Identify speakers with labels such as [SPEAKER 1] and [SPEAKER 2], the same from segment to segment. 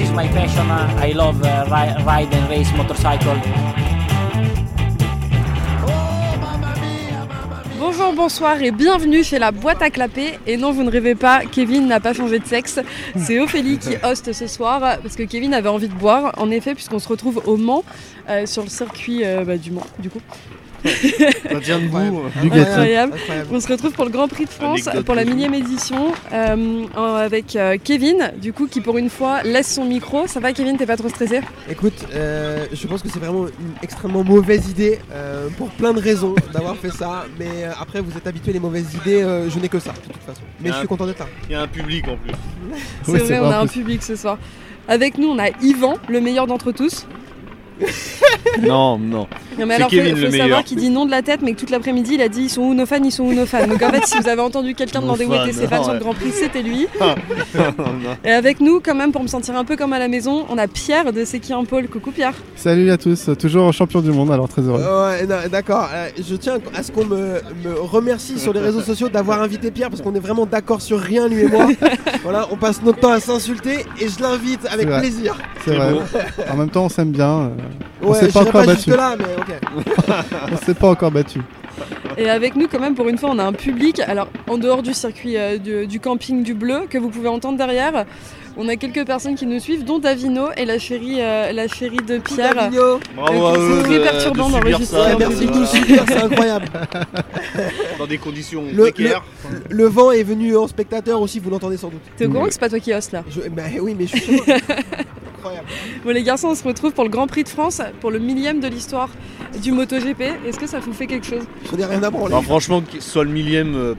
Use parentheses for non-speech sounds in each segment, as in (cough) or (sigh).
[SPEAKER 1] is my passion. Uh, I love uh, ri- ride and race motorcycle.
[SPEAKER 2] Bonjour, bonsoir et bienvenue chez la boîte à clapper. Et non, vous ne rêvez pas, Kevin n'a pas changé de sexe. C'est Ophélie qui hoste ce soir parce que Kevin avait envie de boire, en effet, puisqu'on se retrouve au Mans, euh, sur le circuit euh, bah, du Mans, du coup.
[SPEAKER 3] Tiens debout.
[SPEAKER 2] Incroyable.
[SPEAKER 3] Incroyable.
[SPEAKER 2] On se retrouve pour le Grand Prix de France,
[SPEAKER 3] Anecdote
[SPEAKER 2] pour la
[SPEAKER 3] toujours.
[SPEAKER 2] millième édition, euh, en- avec euh, Kevin, du coup, qui pour une fois laisse son micro. Ça va, Kevin, t'es pas trop stressé
[SPEAKER 3] Écoute, euh, je pense que c'est vraiment une extrêmement mauvaise idée euh, pour plein de raisons d'avoir fait ça. Mais euh, après, vous êtes habitués les mauvaises idées, euh, je n'ai que ça de toute façon. Mais je suis content d'être là.
[SPEAKER 4] Il y a un public en plus.
[SPEAKER 2] C'est vrai, on a un public ce soir. Avec nous, on a Yvan, le meilleur d'entre tous.
[SPEAKER 5] (laughs) Non, non.
[SPEAKER 2] Non mais
[SPEAKER 4] C'est
[SPEAKER 2] alors faut-
[SPEAKER 4] Kevin,
[SPEAKER 2] faut,
[SPEAKER 4] le
[SPEAKER 2] savoir
[SPEAKER 4] meilleur.
[SPEAKER 2] qu'il dit non de la tête mais que toute l'après-midi il a dit ils sont où nos fans, ils sont où nos fans. Donc en fait si vous avez entendu quelqu'un
[SPEAKER 5] Nos
[SPEAKER 2] demander où étaient
[SPEAKER 5] fans, Ah
[SPEAKER 2] ses fans sur le
[SPEAKER 5] ouais. Ah,
[SPEAKER 2] Grand Prix c'était
[SPEAKER 5] (laughs)
[SPEAKER 2] lui.
[SPEAKER 5] Non.
[SPEAKER 2] Et avec nous quand même pour me sentir un peu comme à la maison on a Pierre de C'est qui un Paul. Coucou Pierre.
[SPEAKER 6] Salut à tous, euh, toujours champion du monde, alors très heureux.
[SPEAKER 3] Ouais, non, D'accord, euh, je tiens à ce qu'on me, me remercie sur les réseaux sociaux d'avoir invité Pierre parce qu'on est vraiment d'accord sur rien, lui et
[SPEAKER 6] (laughs)
[SPEAKER 3] moi. voilà, on passe notre temps à s'insulter et je l'invite avec
[SPEAKER 6] C'est vrai.
[SPEAKER 3] plaisir.
[SPEAKER 5] Oh,
[SPEAKER 6] c'est vrai. En même temps, on s'aime bien. euh, On s'est
[SPEAKER 3] Ouais, j'irai
[SPEAKER 6] pas encore
[SPEAKER 3] pas
[SPEAKER 6] battu.
[SPEAKER 3] jusque là, mais ok.
[SPEAKER 6] on s'est pas encore battu.
[SPEAKER 2] Et avec nous quand même pour une fois on a un public. Alors en dehors du circuit euh, du, du camping du bleu que vous pouvez entendre derrière. On a quelques personnes qui nous suivent, dont Davino et la chérie, euh, la chérie de Pierre.
[SPEAKER 3] Davigno.
[SPEAKER 4] Bravo
[SPEAKER 2] Ok,
[SPEAKER 4] à
[SPEAKER 2] c'est
[SPEAKER 4] eux. euh,
[SPEAKER 2] très
[SPEAKER 4] de- de
[SPEAKER 2] perturbant
[SPEAKER 4] subir
[SPEAKER 2] d'enregistrer
[SPEAKER 4] ça,
[SPEAKER 2] en
[SPEAKER 3] Ouais,
[SPEAKER 2] Ah,
[SPEAKER 3] merci de
[SPEAKER 2] voilà.
[SPEAKER 3] nous suivre, c'est incroyable.
[SPEAKER 4] Dans des conditions
[SPEAKER 3] Le-
[SPEAKER 4] précaires.
[SPEAKER 3] Le vent est venu en spectateur aussi, vous l'entendez sans doute.
[SPEAKER 2] T'es au courant que c'est pas toi qui hoste là
[SPEAKER 3] Je- bah oui, mais je suis
[SPEAKER 2] (laughs)
[SPEAKER 3] chez moi. Incroyable.
[SPEAKER 2] Bon les garçons, on se retrouve pour le Grand Prix de France, pour le millième de l'histoire du MotoGP. Est-ce que ça vous fait quelque chose
[SPEAKER 3] J'en ai rien à branler.
[SPEAKER 5] Non, franchement, que ce soit le millième, euh,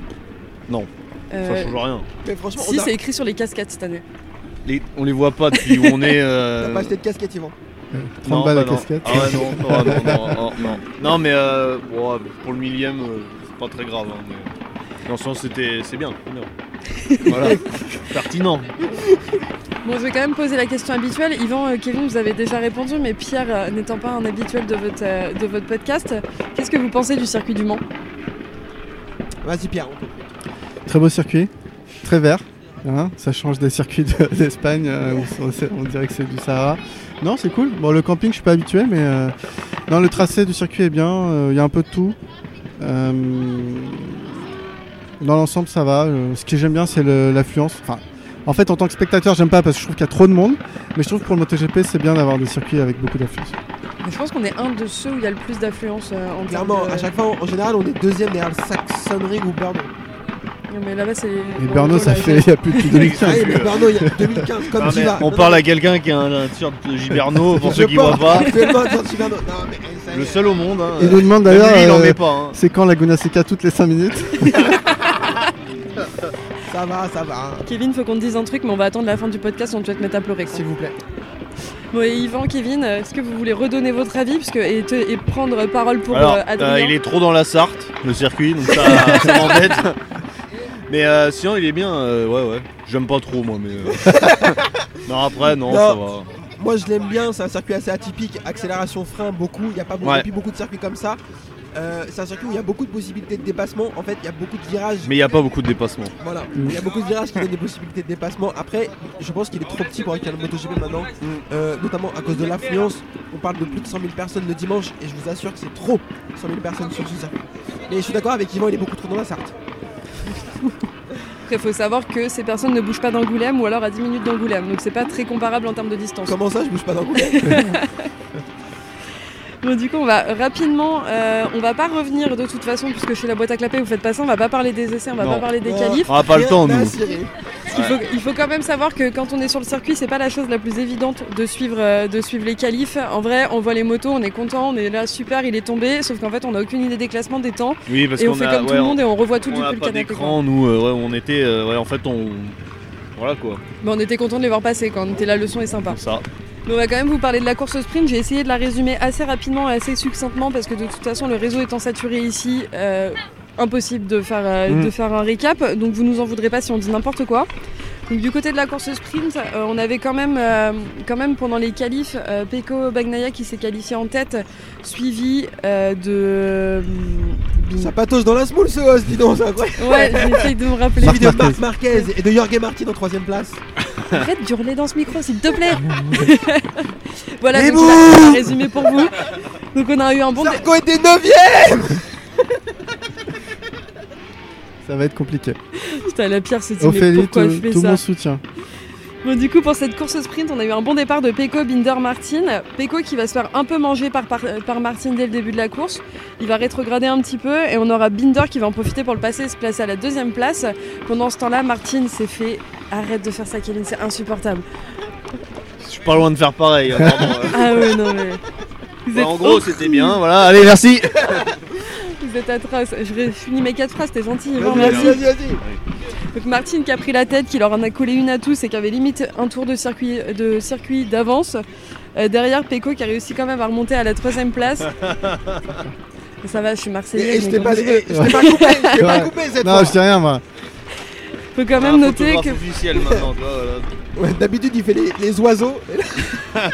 [SPEAKER 2] Euh,
[SPEAKER 5] ça change rien.
[SPEAKER 3] Mais franchement,
[SPEAKER 2] Si,
[SPEAKER 3] on a-
[SPEAKER 2] c'est écrit sur les casquettes cette année.
[SPEAKER 5] Les- on les voit pas depuis où on est.
[SPEAKER 3] on (laughs)
[SPEAKER 5] euh,
[SPEAKER 3] a pas acheté de casquette, Yvan.
[SPEAKER 6] 30
[SPEAKER 5] non,
[SPEAKER 6] balles
[SPEAKER 5] bah
[SPEAKER 6] la
[SPEAKER 5] non.
[SPEAKER 6] casquette.
[SPEAKER 5] Ah ouais, non, non, non, non, non, non. Non, mais euh, bon, pour le millième, euh, c'est pas très grave. hein, mais Dans le sens, c'était, c'est bien. c'est bien. Voilà, pertinent.
[SPEAKER 2] Bon, je vais quand même poser la question habituelle. Yvan, euh, Kevin, vous avez déjà répondu, mais Pierre, euh, n'étant pas un habituel de votre, euh, de votre podcast, qu'est-ce que vous pensez du circuit du Mans
[SPEAKER 3] Vas-y, Pierre. on peut-
[SPEAKER 6] Très beau circuit, très vert. hein, ça change des circuits de- (laughs) d'Espagne euh, où on, sait- on dirait que c'est du Sahara. Non, c'est cool. Bon, le camping, je suis pas habitué, mais euh, non, le tracé du circuit est bien. euh, Il y a un peu de tout. Euh, dans l'ensemble, ça va. Euh, ce que j'aime bien, c'est le- l'affluence. Enfin, en fait, en tant que spectateur, j'aime pas parce que je trouve qu'il y a trop de monde. Mais je trouve que pour le MotoGP, c'est bien d'avoir des circuits avec beaucoup d'affluence.
[SPEAKER 2] Je pense qu'on est un de ceux où il y a le plus d'affluence euh, en
[SPEAKER 3] Clairement,
[SPEAKER 2] termes de-
[SPEAKER 3] à chaque fois, en général, on est deuxième derrière le Saxon Ring ou Berno.
[SPEAKER 2] Non, mais là-bas, c'est.
[SPEAKER 6] Et Berno, ça
[SPEAKER 2] là,
[SPEAKER 6] fait il y a plus de
[SPEAKER 3] Ah,
[SPEAKER 6] 2015.
[SPEAKER 3] mais Berno, il y a 2015, comme
[SPEAKER 5] Non, Ah,
[SPEAKER 3] tu
[SPEAKER 5] mais
[SPEAKER 3] vas.
[SPEAKER 5] on parle à quelqu'un qui a un, un t-shirt de Giberno, pour ceux qui voient pas.
[SPEAKER 3] hein, eh,
[SPEAKER 5] Le seul au monde. hein.
[SPEAKER 6] Il nous demande
[SPEAKER 5] Même lui,
[SPEAKER 6] d'ailleurs,
[SPEAKER 5] il en
[SPEAKER 6] euh,
[SPEAKER 5] met pas. hein.
[SPEAKER 6] c'est quand Laguna Seca toutes les 5 minutes
[SPEAKER 3] Ça va, ça va, hein.
[SPEAKER 2] Kevin, faut qu'on te dise un truc, mais on va attendre la fin du podcast, on peut te mettre à pleurer. quoi.
[SPEAKER 3] s'il vous plaît.
[SPEAKER 2] Bon, et Yvan, Kevin, euh, est-ce que vous voulez redonner votre avis parce que, et, te- et prendre parole pour
[SPEAKER 5] Alors,
[SPEAKER 2] euh, Adrien
[SPEAKER 5] euh, il est trop dans la Sarthe, le circuit, donc
[SPEAKER 2] (laughs)
[SPEAKER 5] ça, ça m'embête. Mais euh, sinon, il est bien. euh, ouais, ouais. J'aime pas trop, moi, mais.
[SPEAKER 2] (laughs)
[SPEAKER 5] euh, non, après, non,
[SPEAKER 3] Non.
[SPEAKER 5] ça va.
[SPEAKER 3] Moi, je l'aime bien, c'est un circuit assez atypique. Accélération, frein, beaucoup. Il n'y a pas beaucoup,
[SPEAKER 5] Ouais.
[SPEAKER 3] depuis beaucoup de circuits comme ça. Euh, c'est un circuit où il y a beaucoup de possibilités de dépassement. En fait, il y a beaucoup de virages.
[SPEAKER 5] Mais il n'y a pas beaucoup de dépassements.
[SPEAKER 3] Voilà, il y a beaucoup de virages qui donnent des possibilités de dépassement. Après, je pense qu'il est trop petit pour accueillir le MotoGP maintenant, Euh, notamment à cause de l'affluence. On parle de plus de 100 000 personnes le dimanche et je vous assure que c'est trop 100 000 personnes sur ce circuit. Mais je suis d'accord avec Yvan, il est beaucoup trop dans la Sarthe.
[SPEAKER 2] Après, faut savoir que ces personnes ne bougent pas d'Angoulême ou alors à 10 minutes d'Angoulême, donc c'est pas très comparable en termes de distance.
[SPEAKER 3] Comment ça, je bouge pas dans le groupe
[SPEAKER 2] Bon, du coup, on va rapidement, euh, on va pas revenir de toute façon, puisque chez la boîte à clapet, vous faites pas ça, on va pas parler des essais, on va
[SPEAKER 5] Non.
[SPEAKER 2] pas parler des
[SPEAKER 3] Non.
[SPEAKER 2] qualifs.
[SPEAKER 5] On n'a pas le temps, nous.
[SPEAKER 2] Il, faut, il faut quand même savoir que quand on est sur le circuit, c'est pas la chose la plus évidente de suivre, euh, de suivre les qualifs. En vrai, on voit les motos, on est content, on est là, super, il est tombé, sauf qu'en fait, on a aucune idée des classements, des temps,
[SPEAKER 5] Oui, parce
[SPEAKER 2] et on
[SPEAKER 5] qu'on
[SPEAKER 2] fait
[SPEAKER 5] a,
[SPEAKER 2] comme tout
[SPEAKER 5] ouais,
[SPEAKER 2] le
[SPEAKER 5] on-
[SPEAKER 2] monde et on revoit tout
[SPEAKER 5] on
[SPEAKER 2] depuis
[SPEAKER 5] a
[SPEAKER 2] le
[SPEAKER 5] pas
[SPEAKER 2] canapé. quoi.
[SPEAKER 5] d'écran, nous. euh, ouais, on était. euh, ouais, en fait, on. Voilà quoi.
[SPEAKER 2] Mais on était content de les voir passer quand on était là, le son est sympa.
[SPEAKER 5] Comme ça.
[SPEAKER 2] Mais on va quand même vous parler de la course au sprint. J'ai essayé de la résumer assez rapidement et assez succinctement parce que de toute façon, le réseau étant saturé ici, euh, impossible de faire, euh,
[SPEAKER 5] Mm.
[SPEAKER 2] de faire un récap. Donc vous nous en voudrez pas si on dit n'importe quoi. Donc du côté de la course au sprint, euh, on avait quand même, euh, quand même pendant les qualifs, euh, Peko Bagnaia qui s'est qualifié en tête, suivi euh, de.
[SPEAKER 3] Ça patauge dans la smoule ce host, dis donc, c'est incroyable.
[SPEAKER 2] Ouais, j'essaye de me rappeler.
[SPEAKER 3] Suivi de Marc Marquez et de Jorge Martin en troisième place.
[SPEAKER 2] Arrête d'hurler dans ce micro, s'il te
[SPEAKER 3] (laughs)
[SPEAKER 2] plaît. (laughs) voilà,
[SPEAKER 3] Les
[SPEAKER 2] donc c'est un résumé pour vous. Donc on a eu un bon. dé-
[SPEAKER 3] Zarco était 9ème
[SPEAKER 6] Ça va être compliqué.
[SPEAKER 2] Putain, la pierre se dit, mais
[SPEAKER 6] Ophélie,
[SPEAKER 2] pourquoi je
[SPEAKER 6] tout,
[SPEAKER 2] fais
[SPEAKER 6] tout
[SPEAKER 2] ça
[SPEAKER 6] mon soutien.
[SPEAKER 2] Bon, du coup, pour cette course au sprint, on a eu un bon départ de Peko Binder Martin. Peko qui va se faire un peu manger par, par, par Martin dès le début de la course. Il va rétrograder un petit peu et on aura Binder qui va en profiter pour le passer et se placer à la deuxième place. Pendant ce temps-là, Martin s'est fait. Arrête de faire ça, Kéline, c'est insupportable.
[SPEAKER 5] Je suis pas loin de faire pareil. hein,
[SPEAKER 2] (laughs)
[SPEAKER 5] pardon, euh.
[SPEAKER 2] Ah ouais, non mais. Vous
[SPEAKER 5] Bah,
[SPEAKER 2] êtes
[SPEAKER 5] en gros, c'était bien. Voilà, allez, merci.
[SPEAKER 2] Vous êtes atroce. Je ré- finis mes quatre phrases, t'es gentil. Yvan, merci.
[SPEAKER 3] Vas-y,
[SPEAKER 5] hein.
[SPEAKER 3] vas-y, vas-y
[SPEAKER 2] Donc Martine qui a pris la tête, qui leur en a collé une à tous et qui avait limite un tour de circuit de circuit d'avance. Euh, derrière Peko qui a réussi quand même à remonter à la troisième
[SPEAKER 3] (laughs)
[SPEAKER 2] place. Ça va, je suis
[SPEAKER 3] Et-
[SPEAKER 2] marseillais.
[SPEAKER 3] Et je t'ai pas,
[SPEAKER 2] Il
[SPEAKER 3] eh, je t'ai pas coupé, je t'ai pas
[SPEAKER 6] Ouais.
[SPEAKER 3] coupé cette
[SPEAKER 6] Non, je
[SPEAKER 3] fois
[SPEAKER 6] dis rien, moi.
[SPEAKER 2] faut quand même
[SPEAKER 5] Ah,
[SPEAKER 2] noter
[SPEAKER 5] photographe
[SPEAKER 2] que
[SPEAKER 5] officiel maintenant. tu vois, voilà.
[SPEAKER 3] Ouais, D'habitude il fait les, les oiseaux, et là,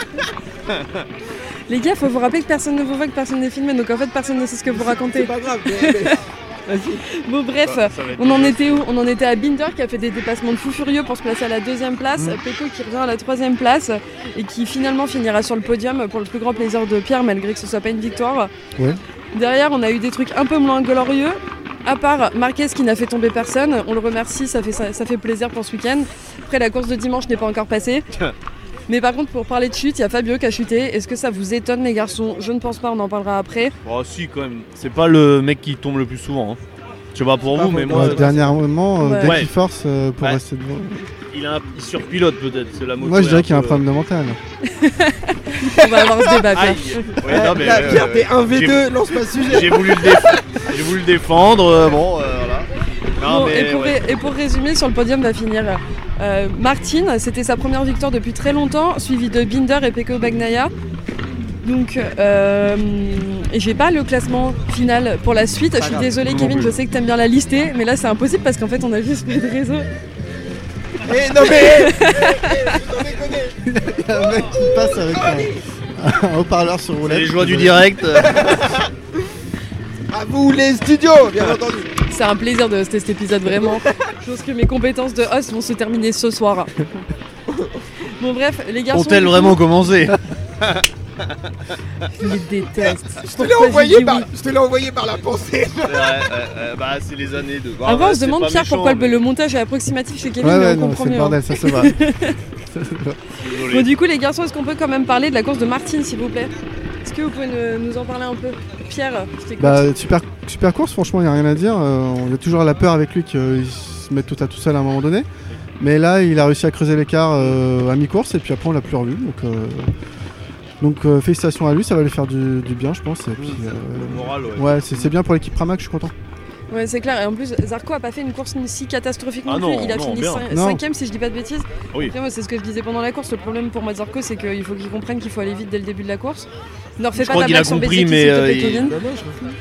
[SPEAKER 2] les gars, faut vous rappeler que personne ne vous voit, que personne n'est filmé, donc en fait personne ne sait ce que vous
[SPEAKER 3] c'est
[SPEAKER 2] racontez.
[SPEAKER 3] pas grave. mais- mais- Vas-y.
[SPEAKER 2] Bon bref,
[SPEAKER 5] Ça- ça va être
[SPEAKER 2] On en
[SPEAKER 5] dégueulasse.
[SPEAKER 2] était où On en était à Binder qui a fait des dépassements de fou furieux pour se placer à la deuxième place, Peko qui revient à la troisième place et qui finalement finira sur le podium pour le plus grand plaisir de Pierre malgré que ce soit pas une victoire.
[SPEAKER 6] Ouais.
[SPEAKER 2] Derrière on a eu des trucs un peu moins glorieux. À part Marquez qui n'a fait tomber personne, on le remercie, ça fait, ça, ça fait plaisir pour ce week-end. Après la course de dimanche n'est pas encore passée. Mais par contre pour parler de chute, il y a Fabio qui a chuté. Est-ce que ça vous étonne les garçons Je ne pense pas, on en parlera après.
[SPEAKER 5] Oh, si, quand même. C'est pas le mec qui tombe le plus souvent. hein. Je sais pas pour
[SPEAKER 3] C'est
[SPEAKER 5] vous,
[SPEAKER 3] pas
[SPEAKER 5] mais
[SPEAKER 3] pour
[SPEAKER 5] moi,
[SPEAKER 3] moi.
[SPEAKER 6] Dernièrement, euh, dès
[SPEAKER 5] Ouais.
[SPEAKER 6] qu'il force euh, pour
[SPEAKER 5] Ouais.
[SPEAKER 6] rester devant.
[SPEAKER 5] il, a un- il surpilote peut-être. C'est la moto.
[SPEAKER 6] Moi, je
[SPEAKER 5] est
[SPEAKER 6] dirais qu'il y a un
[SPEAKER 5] peu- euh,
[SPEAKER 6] problème de mental.
[SPEAKER 2] (laughs) On va avoir ce
[SPEAKER 5] (laughs)
[SPEAKER 2] débat. Pierre.
[SPEAKER 5] Aïe.
[SPEAKER 2] (laughs)
[SPEAKER 5] Ouais, non, mais,
[SPEAKER 3] Eh, la
[SPEAKER 5] euh,
[SPEAKER 3] pierre t'es
[SPEAKER 5] j'ai-
[SPEAKER 3] 1v2, lance pas ce sujet
[SPEAKER 5] J'ai voulu le défendre. J'ai voulu le défendre. euh, bon, euh, voilà. Non,
[SPEAKER 2] Bon,
[SPEAKER 5] mais.
[SPEAKER 2] et, pour
[SPEAKER 5] ouais.
[SPEAKER 2] ré- et pour résumer, sur le podium va finir euh, Martine. C'était sa première victoire depuis très longtemps, suivie de Binder et Peko Bagnaia. Donc, euh, et j'ai pas le classement final pour la suite. Je suis
[SPEAKER 3] grave.
[SPEAKER 2] désolée, Kevin, je sais que t'aimes bien la lister, mais là c'est impossible parce qu'en fait on a juste pas de réseau.
[SPEAKER 3] Eh non mais
[SPEAKER 6] Il y a un mec qui passe avec un, un (laughs) haut-parleur sur roulette.
[SPEAKER 5] Les joies du direct. euh,
[SPEAKER 3] à vous les studios, bien entendu
[SPEAKER 2] C'est un plaisir de tester cet épisode vraiment. Je pense que mes compétences de host vont se terminer ce soir. Bon bref, les garçons.
[SPEAKER 5] Ont-elles
[SPEAKER 2] du coup,
[SPEAKER 5] vraiment commencé
[SPEAKER 2] Je les déteste.
[SPEAKER 3] Je te l'ai
[SPEAKER 2] Pourquoi j'ai
[SPEAKER 3] envoyé bah,
[SPEAKER 2] dit
[SPEAKER 3] par,
[SPEAKER 2] oui
[SPEAKER 3] je te l'ai envoyé par la pensée
[SPEAKER 5] Ouais, ouais, ouais, Bah, c'est les années de. Bah,
[SPEAKER 2] Avant,
[SPEAKER 5] ouais,
[SPEAKER 2] on se
[SPEAKER 5] c'est
[SPEAKER 2] demande
[SPEAKER 5] pas
[SPEAKER 2] Pierre
[SPEAKER 5] méchant,
[SPEAKER 2] pourquoi le-
[SPEAKER 5] mais-
[SPEAKER 2] le montage est approximatif chez Kevin,
[SPEAKER 6] Ouais,
[SPEAKER 2] mais
[SPEAKER 6] ouais,
[SPEAKER 2] on
[SPEAKER 6] non,
[SPEAKER 2] comprend
[SPEAKER 6] c'est le
[SPEAKER 2] mieux. hein.
[SPEAKER 6] bordel, ça
[SPEAKER 2] (laughs)
[SPEAKER 6] se va. Ça se va.
[SPEAKER 5] Désolé.
[SPEAKER 2] Bon, du coup, les garçons, est-ce qu'on peut quand même parler de la course de Martine, s'il vous plaît Est-ce que vous pouvez ne- nous en parler un peu Pierre, je t'écoute.
[SPEAKER 6] (laughs) Bah, super, super course, franchement, il n'y a rien à dire. Euh, on a toujours la peur avec lui qu'il se mette tout à tout seul à un moment donné. Mais là, il a réussi à creuser l'écart euh, à mi-course et puis après, on l'a plus revu. Donc, euh, donc euh, félicitations à lui, ça va lui faire du, du bien, je pense. Et puis,
[SPEAKER 5] Le
[SPEAKER 6] euh,
[SPEAKER 5] moral, ouais.
[SPEAKER 6] ouais, c'est c'est bien pour l'équipe Pramac, je suis content.
[SPEAKER 2] Ouais, c'est clair. Et en plus, Zarco a pas fait une course ni si catastrophique non
[SPEAKER 5] Ah
[SPEAKER 2] plus.
[SPEAKER 5] non,
[SPEAKER 2] Il a
[SPEAKER 5] non,
[SPEAKER 2] fini
[SPEAKER 5] bien.
[SPEAKER 2] cin-
[SPEAKER 6] Non.
[SPEAKER 2] cinquième, si je dis pas de bêtises.
[SPEAKER 5] Oui.
[SPEAKER 2] Après, moi, c'est ce que je disais pendant la course. Le problème pour moi de Zarco, c'est qu'il faut qu'il comprenne qu'il faut aller vite dès le début de la course. Ne refais
[SPEAKER 5] Je
[SPEAKER 2] pas
[SPEAKER 5] crois
[SPEAKER 2] ta
[SPEAKER 5] qu'il a
[SPEAKER 2] blague sur
[SPEAKER 5] compris,
[SPEAKER 2] Bezeki,
[SPEAKER 5] mais,
[SPEAKER 2] s'il te
[SPEAKER 5] euh,
[SPEAKER 2] plaît,
[SPEAKER 5] il-
[SPEAKER 2] Kevin.
[SPEAKER 3] (laughs) Non, non, je refuse.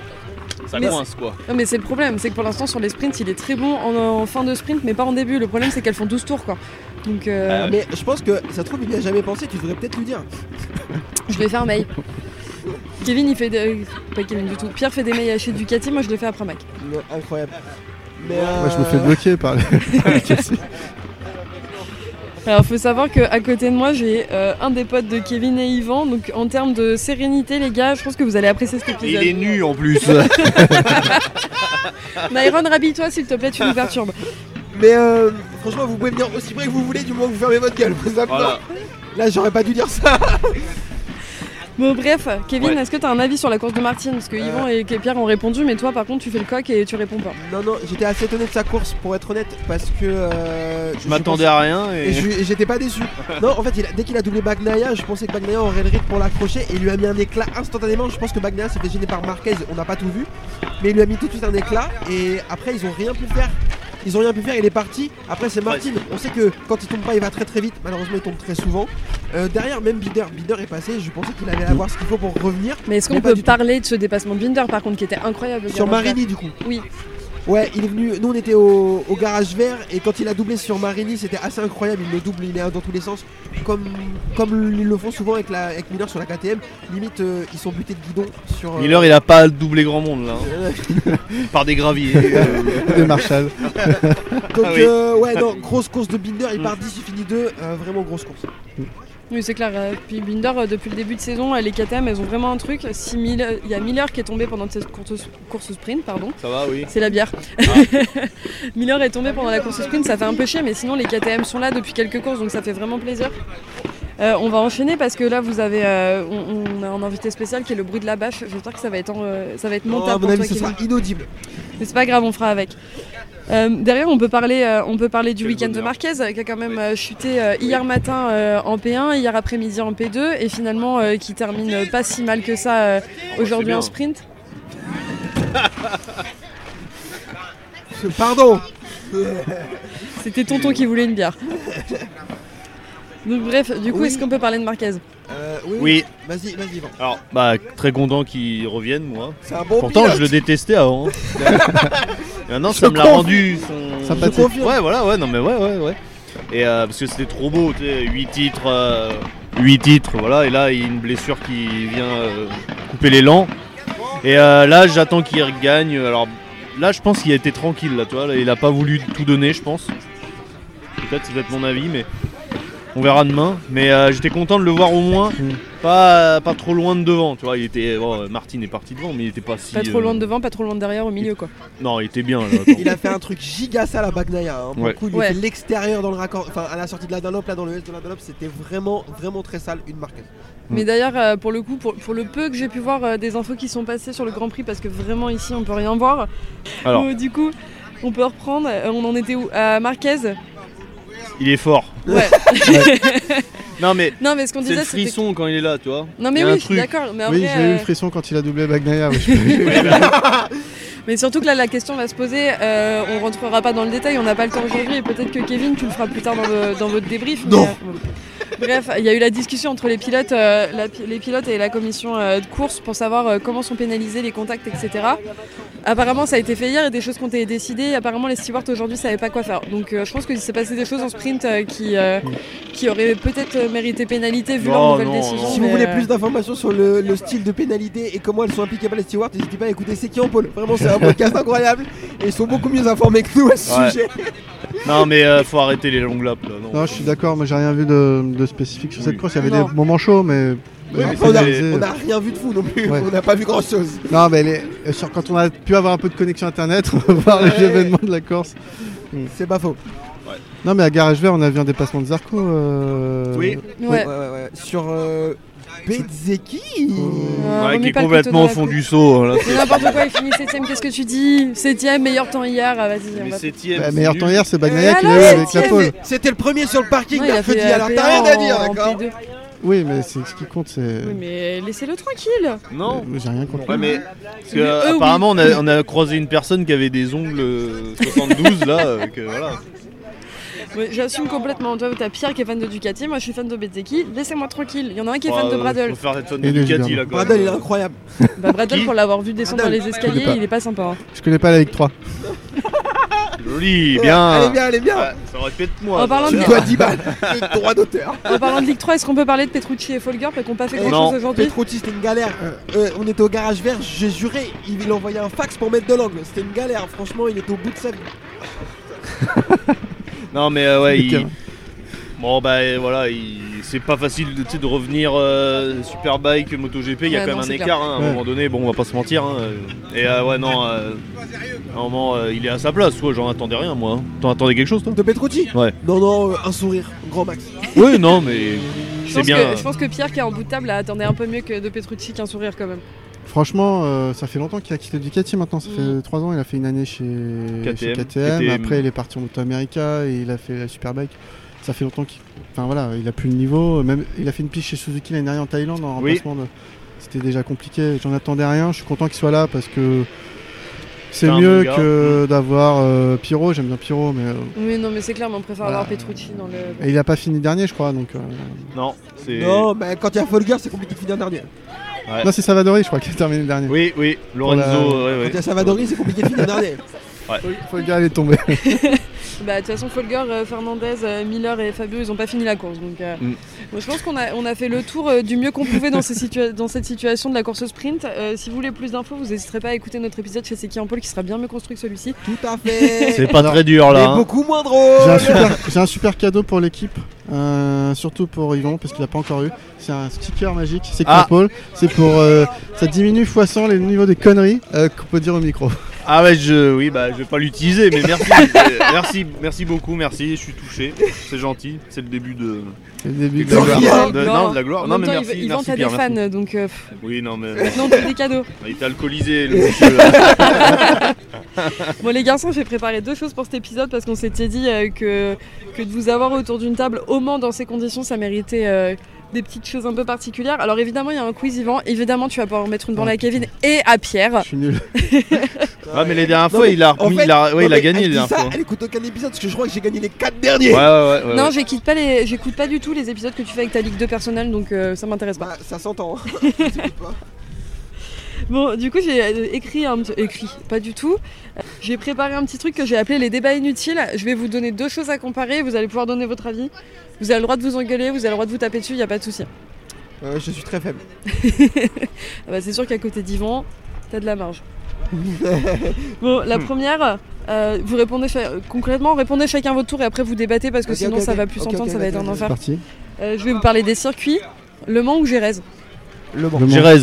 [SPEAKER 5] Ça
[SPEAKER 2] Mais-
[SPEAKER 5] coince quoi.
[SPEAKER 2] Non, mais c'est le problème. C'est que pour l'instant, sur les sprints, il est très bon en, en fin de sprint, mais pas en début. Le problème, c'est qu'elles font 12 tours, quoi. Donc, euh,
[SPEAKER 5] Ah
[SPEAKER 3] Mais je pense que ça se trouve il n'y a jamais pensé, tu devrais peut-être lui dire.
[SPEAKER 2] Je vais faire un mail. Kevin, il fait des... Pas Kevin du tout. Pierre fait des mails à chez Ducati, moi je le fais après Mac.
[SPEAKER 3] Non, Incroyable. Mais
[SPEAKER 6] Moi, je me fais
[SPEAKER 3] euh,
[SPEAKER 6] bloquer (laughs) par les.
[SPEAKER 2] Alors, faut savoir qu'à côté de moi, j'ai euh, un des potes de Kevin et Yvan. Donc, en termes de sérénité, les gars, je pense que vous allez apprécier cet
[SPEAKER 5] Et il est
[SPEAKER 2] épisode.
[SPEAKER 5] nu en plus.
[SPEAKER 2] (laughs) Myron, rhabille-toi s'il te plaît, tu nous
[SPEAKER 5] (laughs)
[SPEAKER 2] perturbes.
[SPEAKER 3] Mais euh, franchement, vous pouvez venir aussi près que vous voulez du moment que vous fermez votre gueule. Vous avez-
[SPEAKER 5] voilà.
[SPEAKER 3] Là, j'aurais pas dû dire ça.
[SPEAKER 2] Bon, bref, Kevin,
[SPEAKER 5] Ouais. Euh.
[SPEAKER 2] est-ce que t'as un avis sur la course de Martine Parce que Yvan et que Pierre ont répondu, mais toi, par contre, tu fais le coq et tu réponds pas.
[SPEAKER 3] Non, non, j'étais assez étonné de sa course pour être honnête parce que. euh,
[SPEAKER 5] Je m'attendais
[SPEAKER 3] pense-
[SPEAKER 5] à rien
[SPEAKER 3] Et
[SPEAKER 5] et.
[SPEAKER 3] je- et j'étais pas déçu. Non, en fait, il a- dès qu'il a doublé Bagnaia, je pensais que Bagnaia aurait le rythme pour l'accrocher et il lui a mis un éclat instantanément. Je pense que Bagnaia s'est fait gêner par Marquez, on n'a pas tout vu, mais il lui a mis tout de suite un éclat et après, ils ont rien pu faire. Ils ont rien pu faire, il est parti. Après, c'est Martin. On sait que quand il tombe pas, il va très très vite. Malheureusement, il tombe très souvent. Euh, derrière, même Binder. Binder est passé. Je pensais qu'il allait avoir ce qu'il faut pour revenir.
[SPEAKER 2] Mais est-ce qu'on
[SPEAKER 3] Mais pas
[SPEAKER 2] peut
[SPEAKER 3] du tout.
[SPEAKER 2] parler de ce dépassement de Binder, par contre, qui était incroyable
[SPEAKER 3] Sur
[SPEAKER 2] Marini
[SPEAKER 3] Marini, du coup.
[SPEAKER 2] Oui.
[SPEAKER 3] Ouais, il est venu. Nous, on était au, au garage vert et quand il a doublé sur Marigny, c'était assez incroyable. Il le double, il est dans tous les sens, comme comme ils le font souvent avec la avec Miller sur la KTM. Limite, euh, ils sont butés de guidon sur. euh,
[SPEAKER 5] Miller, il a pas doublé grand monde là, hein,
[SPEAKER 3] euh,
[SPEAKER 5] par des graviers. euh,
[SPEAKER 6] de Marshall.
[SPEAKER 3] donc
[SPEAKER 5] Ah oui. Mm.
[SPEAKER 3] euh, ouais, non,
[SPEAKER 5] (laughs)
[SPEAKER 3] grosse course de Binder. Il part 10, il finit 2. vraiment grosse course.
[SPEAKER 2] Oui, c'est clair. euh, Puis Binder, euh, depuis le début de saison, euh, les KTM, elles ont vraiment un truc. Si Miller- Il y a Miller qui est tombé pendant cette course, course au sprint, pardon.
[SPEAKER 5] ça va, oui.
[SPEAKER 2] C'est la bière. (laughs) Miller est tombé pendant la course au sprint, ça fait un peu chier, mais sinon les KTM sont là depuis quelques courses, donc ça fait vraiment plaisir. Euh, on va enchaîner parce que là vous avez, euh, on, on a un invité spécial qui est le bruit de la bâche. J'espère que ça va être, en, euh, ça va être
[SPEAKER 3] Non,
[SPEAKER 2] montable
[SPEAKER 3] Oh, à mon
[SPEAKER 2] pour
[SPEAKER 3] avis,
[SPEAKER 2] toi,
[SPEAKER 3] ce sera
[SPEAKER 2] Kevin.
[SPEAKER 3] inaudible.
[SPEAKER 2] Mais c'est pas grave, on fera avec. Euh, derrière, on peut parler, euh, on peut parler du
[SPEAKER 5] Quel
[SPEAKER 2] week-end de
[SPEAKER 5] bonheur.
[SPEAKER 2] Marquez euh, qui a quand même euh, chuté euh, hier matin euh, en P1, hier après-midi en P2 et finalement euh, qui termine euh, pas si mal que ça euh, aujourd'hui
[SPEAKER 5] Oh, bien.
[SPEAKER 2] en sprint.
[SPEAKER 3] Pardon.
[SPEAKER 2] C'était tonton qui voulait une bière. Donc bref, du coup,
[SPEAKER 3] Oui.
[SPEAKER 2] est-ce qu'on peut parler de Marquez
[SPEAKER 3] Euh, oui.
[SPEAKER 5] Oui,
[SPEAKER 3] Vas-y, vas-y, va.
[SPEAKER 5] alors, bah, très content qu'il revienne, moi.
[SPEAKER 3] C'est un bon
[SPEAKER 5] Pourtant,
[SPEAKER 3] pilote.
[SPEAKER 5] je le détestais
[SPEAKER 6] (laughs)
[SPEAKER 5] avant. hein. Maintenant,
[SPEAKER 6] Je
[SPEAKER 5] ça me l'a
[SPEAKER 6] confirme.
[SPEAKER 5] rendu. son-
[SPEAKER 6] Sympathique.
[SPEAKER 3] Je confirme.
[SPEAKER 5] Ouais, voilà, ouais, non, mais ouais, ouais, ouais. Et euh, parce que c'était trop beau, tu sais, 8 titres, 8 titres, voilà. Et là, il y a une blessure qui vient euh, couper l'élan. Et euh, là, j'attends qu'il regagne. Alors là, je pense qu'il a été tranquille, là, tu vois. là, il a pas voulu tout donner, je pense. Peut-être, ça doit être mon avis, mais on verra demain. Mais euh, j'étais content de le voir au moins, pas, pas trop loin de devant, tu vois. Il était, bon, Martin est parti devant, mais il était pas si.
[SPEAKER 2] Pas trop
[SPEAKER 5] euh, Mm.
[SPEAKER 2] loin de devant, pas trop loin de derrière, au milieu quoi.
[SPEAKER 5] Non, il était
[SPEAKER 2] (laughs)
[SPEAKER 5] bien. Là, attends.
[SPEAKER 3] Il a fait un truc giga sale à Bagnaia. Hein. Pour
[SPEAKER 5] Ouais.
[SPEAKER 3] le coup, il
[SPEAKER 2] Ouais.
[SPEAKER 3] a fait l'extérieur dans le raccord, enfin à la sortie de la Dunlop, là dans le S de la Dunlop, c'était vraiment, vraiment très sale une Marquez.
[SPEAKER 2] Mais d'ailleurs, euh, pour le coup, pour, pour le peu que j'ai pu voir euh, des infos qui sont passées sur le Grand Prix, parce que vraiment ici on peut rien voir.
[SPEAKER 5] Alors.
[SPEAKER 2] Donc, du coup, on peut reprendre. Euh, on en était où À Marquez
[SPEAKER 5] Il est fort. (laughs)
[SPEAKER 2] Ouais.
[SPEAKER 5] Non, mais
[SPEAKER 2] non, mais ce qu'on
[SPEAKER 5] c'est
[SPEAKER 2] disait,
[SPEAKER 5] le
[SPEAKER 2] c'était.
[SPEAKER 5] frisson quand il est là, tu vois.
[SPEAKER 2] Non, mais
[SPEAKER 5] Il y a un
[SPEAKER 2] oui, je suis
[SPEAKER 5] truc.
[SPEAKER 2] d'accord. Mais, en
[SPEAKER 6] Oui,
[SPEAKER 2] vrai,
[SPEAKER 6] j'ai eu
[SPEAKER 2] euh,
[SPEAKER 6] le frisson quand il a doublé Bagnaia. oui, je-
[SPEAKER 2] mais surtout que là, la question va se poser. euh, on rentrera pas dans le détail, on n'a pas le temps aujourd'hui. Et peut-être que Kevin, tu le feras plus tard dans, le- dans votre débrief. mais,
[SPEAKER 3] Non.
[SPEAKER 2] euh, Bref, il y a eu la discussion entre les pilotes, euh, la pi- les pilotes et la commission euh, de course pour savoir euh, comment sont pénalisés les contacts, etc. Apparemment, ça a été fait hier et des choses qui ont été décidées. Apparemment, les stewards aujourd'hui savaient pas quoi faire. Donc, euh, je pense qu'il s'est passé des choses en sprint euh, qui, euh, qui auraient peut-être euh, mérité pénalité vu leur
[SPEAKER 5] Non,
[SPEAKER 2] nouvelle
[SPEAKER 5] non,
[SPEAKER 2] décision.
[SPEAKER 5] non.
[SPEAKER 3] Si vous
[SPEAKER 2] mais,
[SPEAKER 3] voulez
[SPEAKER 2] euh,
[SPEAKER 3] plus d'informations sur le, le style de pénalité et comment elles sont appliquées par les stewards, n'hésitez pas à écouter C'est qui en pôle. Vraiment, (laughs) c'est un podcast incroyable et ils sont beaucoup mieux informés que nous à ce
[SPEAKER 5] Ouais.
[SPEAKER 3] sujet.
[SPEAKER 5] Non, mais euh, faut arrêter les longues laps là. Non,
[SPEAKER 6] Non, je suis d'accord, moi j'ai rien vu de, de spécifique sur cette
[SPEAKER 5] Oui.
[SPEAKER 6] course. Il y avait
[SPEAKER 2] Non.
[SPEAKER 6] des moments chauds, mais.
[SPEAKER 3] Ouais,
[SPEAKER 6] mais
[SPEAKER 3] mais on, a,
[SPEAKER 6] pénalisé.
[SPEAKER 3] on a rien vu de fou non plus,
[SPEAKER 6] Ouais.
[SPEAKER 3] on n'a pas vu grand chose.
[SPEAKER 6] Non, mais les- sur- quand on a pu avoir un peu de connexion internet, on peut voir les
[SPEAKER 3] Ouais.
[SPEAKER 6] événements de la Corse.
[SPEAKER 3] C'est pas faux.
[SPEAKER 6] Non, mais à Garage Vert, on a vu un dépassement de Zarco. euh,
[SPEAKER 5] Oui.
[SPEAKER 2] ouais.
[SPEAKER 3] ouais, ouais, ouais. Sur euh, Bezzeki Mm.
[SPEAKER 2] Euh,
[SPEAKER 5] Ouais,
[SPEAKER 2] remets
[SPEAKER 5] qui est
[SPEAKER 2] pas le couteau
[SPEAKER 5] complètement
[SPEAKER 2] dans
[SPEAKER 5] au
[SPEAKER 2] la
[SPEAKER 5] fond
[SPEAKER 2] plaie.
[SPEAKER 5] du seau. hein, Là.
[SPEAKER 2] Mais N'importe quoi, il finit 7ème, qu'est-ce que tu dis 7ème, meilleur temps hier, ah, vas-y, on
[SPEAKER 5] Mais
[SPEAKER 2] va-
[SPEAKER 5] septième.
[SPEAKER 6] Bah,
[SPEAKER 5] c'est
[SPEAKER 6] meilleur
[SPEAKER 5] nul.
[SPEAKER 6] temps hier, c'est Bagnaia
[SPEAKER 2] Euh,
[SPEAKER 6] qui
[SPEAKER 2] alors,
[SPEAKER 6] l'a eu avec la
[SPEAKER 2] septième,
[SPEAKER 6] pole.
[SPEAKER 3] C'était le premier sur le parking
[SPEAKER 2] Non, il a
[SPEAKER 3] mercredi,
[SPEAKER 2] fait
[SPEAKER 3] alors
[SPEAKER 2] AP1
[SPEAKER 3] t'as rien à dire,
[SPEAKER 2] en
[SPEAKER 3] d'accord
[SPEAKER 2] P2.
[SPEAKER 6] Oui, mais c'est ce qui compte, c'est.
[SPEAKER 2] Oui, mais laissez-le tranquille
[SPEAKER 5] Non.
[SPEAKER 6] Euh, J'ai rien contre.
[SPEAKER 5] Ouais, mais parce que,
[SPEAKER 2] Mais
[SPEAKER 5] euh,
[SPEAKER 2] eux, oui.
[SPEAKER 5] apparemment, on, a, on a croisé une personne qui avait des ongles euh, 72 là. euh, Que, voilà.
[SPEAKER 2] Ouais, J'assume complètement, toi t'as Pierre qui est fan de Ducati, moi je suis fan de Bezzeki, laissez-moi tranquille, il y en a un (laughs) qui est fan de
[SPEAKER 5] Ouais,
[SPEAKER 2] Bradle.
[SPEAKER 5] Faut euh, faire cette fan
[SPEAKER 6] Et
[SPEAKER 5] de
[SPEAKER 6] les
[SPEAKER 5] Ducati
[SPEAKER 6] Gilberts.
[SPEAKER 5] là. Quand
[SPEAKER 3] Bradel, il est
[SPEAKER 5] même.
[SPEAKER 3] incroyable.
[SPEAKER 2] Bah Bradle
[SPEAKER 5] Qui
[SPEAKER 2] pour l'avoir vu descendre dans
[SPEAKER 3] Bradle.
[SPEAKER 2] les escaliers,
[SPEAKER 6] pas.
[SPEAKER 2] il est pas sympa. hein.
[SPEAKER 6] Je connais pas la Ligue 3.
[SPEAKER 5] Joli,
[SPEAKER 3] Elle est
[SPEAKER 5] bien.
[SPEAKER 3] bien, elle est bien.
[SPEAKER 5] Ouais, Ça répète moi.
[SPEAKER 2] En parlant
[SPEAKER 3] Tu
[SPEAKER 2] de-
[SPEAKER 3] dois 10 balles de droit d'auteur.
[SPEAKER 2] En parlant de Ligue 3, est-ce qu'on peut parler de Petrucci et Folger parce qu'on pas fait
[SPEAKER 3] Non.
[SPEAKER 2] grand-chose aujourd'hui
[SPEAKER 3] Petrucci, c'était une galère. Euh, on était au garage vert, j'ai juré, il, il envoyait un fax pour mettre de l'angle. C'était une galère, franchement, il était au bout de sa vie.
[SPEAKER 5] (laughs) Non mais euh, ouais,
[SPEAKER 6] Le
[SPEAKER 5] il-
[SPEAKER 6] terrain.
[SPEAKER 5] bon bah euh, voilà, il... c'est pas facile de, tu sais, de revenir euh, Superbike, MotoGP, il y
[SPEAKER 2] Ouais,
[SPEAKER 5] a quand
[SPEAKER 2] non,
[SPEAKER 5] même un
[SPEAKER 2] c'est
[SPEAKER 5] écart hein, à un
[SPEAKER 6] Ouais.
[SPEAKER 5] moment donné, bon on va pas se mentir. hein, euh, Et euh, ouais non, euh, à un moment euh, il est à sa place, ouais, j'en attendais rien moi. hein. T'en attendais quelque chose toi
[SPEAKER 3] De Petrucci
[SPEAKER 5] Ouais.
[SPEAKER 3] Non, non, euh, un sourire, grand max.
[SPEAKER 5] Oui (laughs) non mais
[SPEAKER 2] je
[SPEAKER 5] c'est
[SPEAKER 2] pense,
[SPEAKER 5] bien.
[SPEAKER 2] que, je pense que Pierre qui est en bout de table là, attendait un peu mieux que de Petrucci qu'un sourire quand même.
[SPEAKER 6] Franchement, euh, ça fait longtemps qu'il a quitté Ducati maintenant. Ça fait
[SPEAKER 2] Mm.
[SPEAKER 6] 3 ans. Il a fait une année chez
[SPEAKER 5] KTM.
[SPEAKER 6] chez KTM.
[SPEAKER 5] KTM.
[SPEAKER 6] Après, il est parti en Moto America et il a fait la Superbike. Ça fait longtemps qu'il. Enfin voilà, il a plus le niveau. Même, il a fait une piste chez Suzuki l'année dernière en Thaïlande en
[SPEAKER 5] Oui.
[SPEAKER 6] remplacement de. C'était déjà compliqué. J'en attendais rien. Je suis content qu'il soit là parce que. C'est
[SPEAKER 5] C'est un
[SPEAKER 6] mieux
[SPEAKER 5] bon gars. Mm.
[SPEAKER 6] que d'avoir euh, Pirot. J'aime bien Pirot, mais. euh,
[SPEAKER 2] Oui, non, mais c'est clair, mais on préfère
[SPEAKER 6] Voilà.
[SPEAKER 2] avoir Petrucci dans le.
[SPEAKER 6] et il a pas fini dernier, je crois. Donc. euh,
[SPEAKER 5] Non, c'est...
[SPEAKER 3] Non, mais quand il y a Folger, c'est compliqué de finir dernier.
[SPEAKER 5] Ouais.
[SPEAKER 6] Non, c'est Savadori, je crois, qui a terminé dernier.
[SPEAKER 5] Oui oui, Lorenzo,
[SPEAKER 6] Voilà.
[SPEAKER 5] ouais,
[SPEAKER 3] Quand
[SPEAKER 5] ouais. (laughs)
[SPEAKER 3] il y a Savadori, c'est compliqué de finir dernier.
[SPEAKER 6] Faut, faut le gars, elle est tombée.
[SPEAKER 2] Bah, de toute façon, Folger, euh, Fernandez, euh, Miller et Fabio, ils n'ont pas fini la course. Donc, euh,
[SPEAKER 5] Mm.
[SPEAKER 2] bon, je pense qu'on a, on a fait le tour euh, du mieux qu'on pouvait dans, ce situa- dans cette situation de la course au sprint. Euh, si vous voulez plus d'infos, vous n'hésiterez pas à écouter notre épisode chez C'est qui en Paul qui sera bien mieux construit que celui-ci.
[SPEAKER 3] Tout à fait.
[SPEAKER 5] C'est pas très dur
[SPEAKER 3] Mais
[SPEAKER 5] là. hein.
[SPEAKER 3] beaucoup moins
[SPEAKER 6] J'ai un,
[SPEAKER 3] drôle.
[SPEAKER 6] super, j'ai un super cadeau pour l'équipe, euh, surtout pour Yvon, parce qu'il n'a pas encore eu. C'est un sticker magique, c'est
[SPEAKER 5] Ah.
[SPEAKER 6] Paul. C'est pour. euh, ça diminue fois 100 les niveaux des conneries euh, qu'on peut dire au micro.
[SPEAKER 5] Ah ouais, je, oui, bah je vais pas l'utiliser, mais (laughs) merci, Euh, merci, merci beaucoup, merci. Je suis touché, c'est gentil. C'est le début de,
[SPEAKER 6] C'est le début de
[SPEAKER 5] de
[SPEAKER 6] la
[SPEAKER 5] la
[SPEAKER 6] gloire.
[SPEAKER 5] gloire. De-
[SPEAKER 2] Gloire.
[SPEAKER 5] non, de la gloire.
[SPEAKER 2] En
[SPEAKER 5] Oh, Non,
[SPEAKER 2] même
[SPEAKER 5] mais
[SPEAKER 2] temps,
[SPEAKER 5] merci,
[SPEAKER 2] Yvan,
[SPEAKER 5] merci
[SPEAKER 2] t'as des
[SPEAKER 5] Pierre.
[SPEAKER 2] fans,
[SPEAKER 5] merci.
[SPEAKER 2] donc euh, pff,
[SPEAKER 5] Oui, non mais
[SPEAKER 2] (laughs) maintenant t'as des cadeaux.
[SPEAKER 5] il était alcoolisé le monsieur. euh. là.
[SPEAKER 2] Bon les garçons, j'ai préparé deux choses pour cet épisode parce qu'on s'était dit euh, que, que de vous avoir autour d'une table au Mans dans ces conditions, ça méritait euh, des petites choses un peu particulières. Alors évidemment, il y a un quiz Yvan, évidemment tu vas pouvoir en mettre une dans à Kevin et à Pierre.
[SPEAKER 6] Je suis nul.
[SPEAKER 5] Ouais, Ah, mais les dernières
[SPEAKER 3] Non,
[SPEAKER 5] fois,
[SPEAKER 3] mais
[SPEAKER 5] il a,
[SPEAKER 3] en
[SPEAKER 5] remis,
[SPEAKER 3] fait,
[SPEAKER 5] il a, ouais,
[SPEAKER 3] Non,
[SPEAKER 5] il a
[SPEAKER 3] mais
[SPEAKER 5] gagné les
[SPEAKER 3] elle dit
[SPEAKER 5] dernières
[SPEAKER 3] ça,
[SPEAKER 5] fois.
[SPEAKER 3] Elle écoute aucun épisode parce que je crois que j'ai gagné les 4 derniers.
[SPEAKER 5] Ouais, ouais, ouais. ouais,
[SPEAKER 2] Non,
[SPEAKER 5] ouais.
[SPEAKER 2] j'écoute pas les, j'écoute pas du tout les épisodes que tu fais avec ta ligue de personnel, donc euh, ça m'intéresse pas.
[SPEAKER 3] Bah, ça s'entend. hein. Je les écoute pas.
[SPEAKER 2] Bon, du coup, j'ai euh, écrit un petit- écrit, pas du tout. Euh, J'ai préparé un petit truc que j'ai appelé les débats inutiles. Je vais vous donner deux choses à comparer. Vous allez pouvoir donner votre avis. Vous avez le droit de vous engueuler, vous avez le droit de vous taper dessus, il y a pas de souci.
[SPEAKER 3] Euh, je suis très faible.
[SPEAKER 2] Ah bah, c'est sûr qu'à côté d'Yvan, t'as de la
[SPEAKER 3] (laughs)
[SPEAKER 2] marge. bon, la première, euh, vous répondez cha- concrètement, répondez chacun votre tour et après vous débattez parce que
[SPEAKER 3] Ok,
[SPEAKER 2] sinon
[SPEAKER 3] ok,
[SPEAKER 2] ça
[SPEAKER 3] ok.
[SPEAKER 2] va plus
[SPEAKER 3] Ok,
[SPEAKER 2] s'entendre,
[SPEAKER 3] ok,
[SPEAKER 2] ça va
[SPEAKER 3] vas-y,
[SPEAKER 2] être un
[SPEAKER 3] vas-y.
[SPEAKER 6] C'est
[SPEAKER 2] enfer.
[SPEAKER 6] parti.
[SPEAKER 2] Euh, je vais vous parler des circuits, Le Mans ou Gérèse.
[SPEAKER 3] Le bon.
[SPEAKER 6] Le monde.
[SPEAKER 5] Jerez.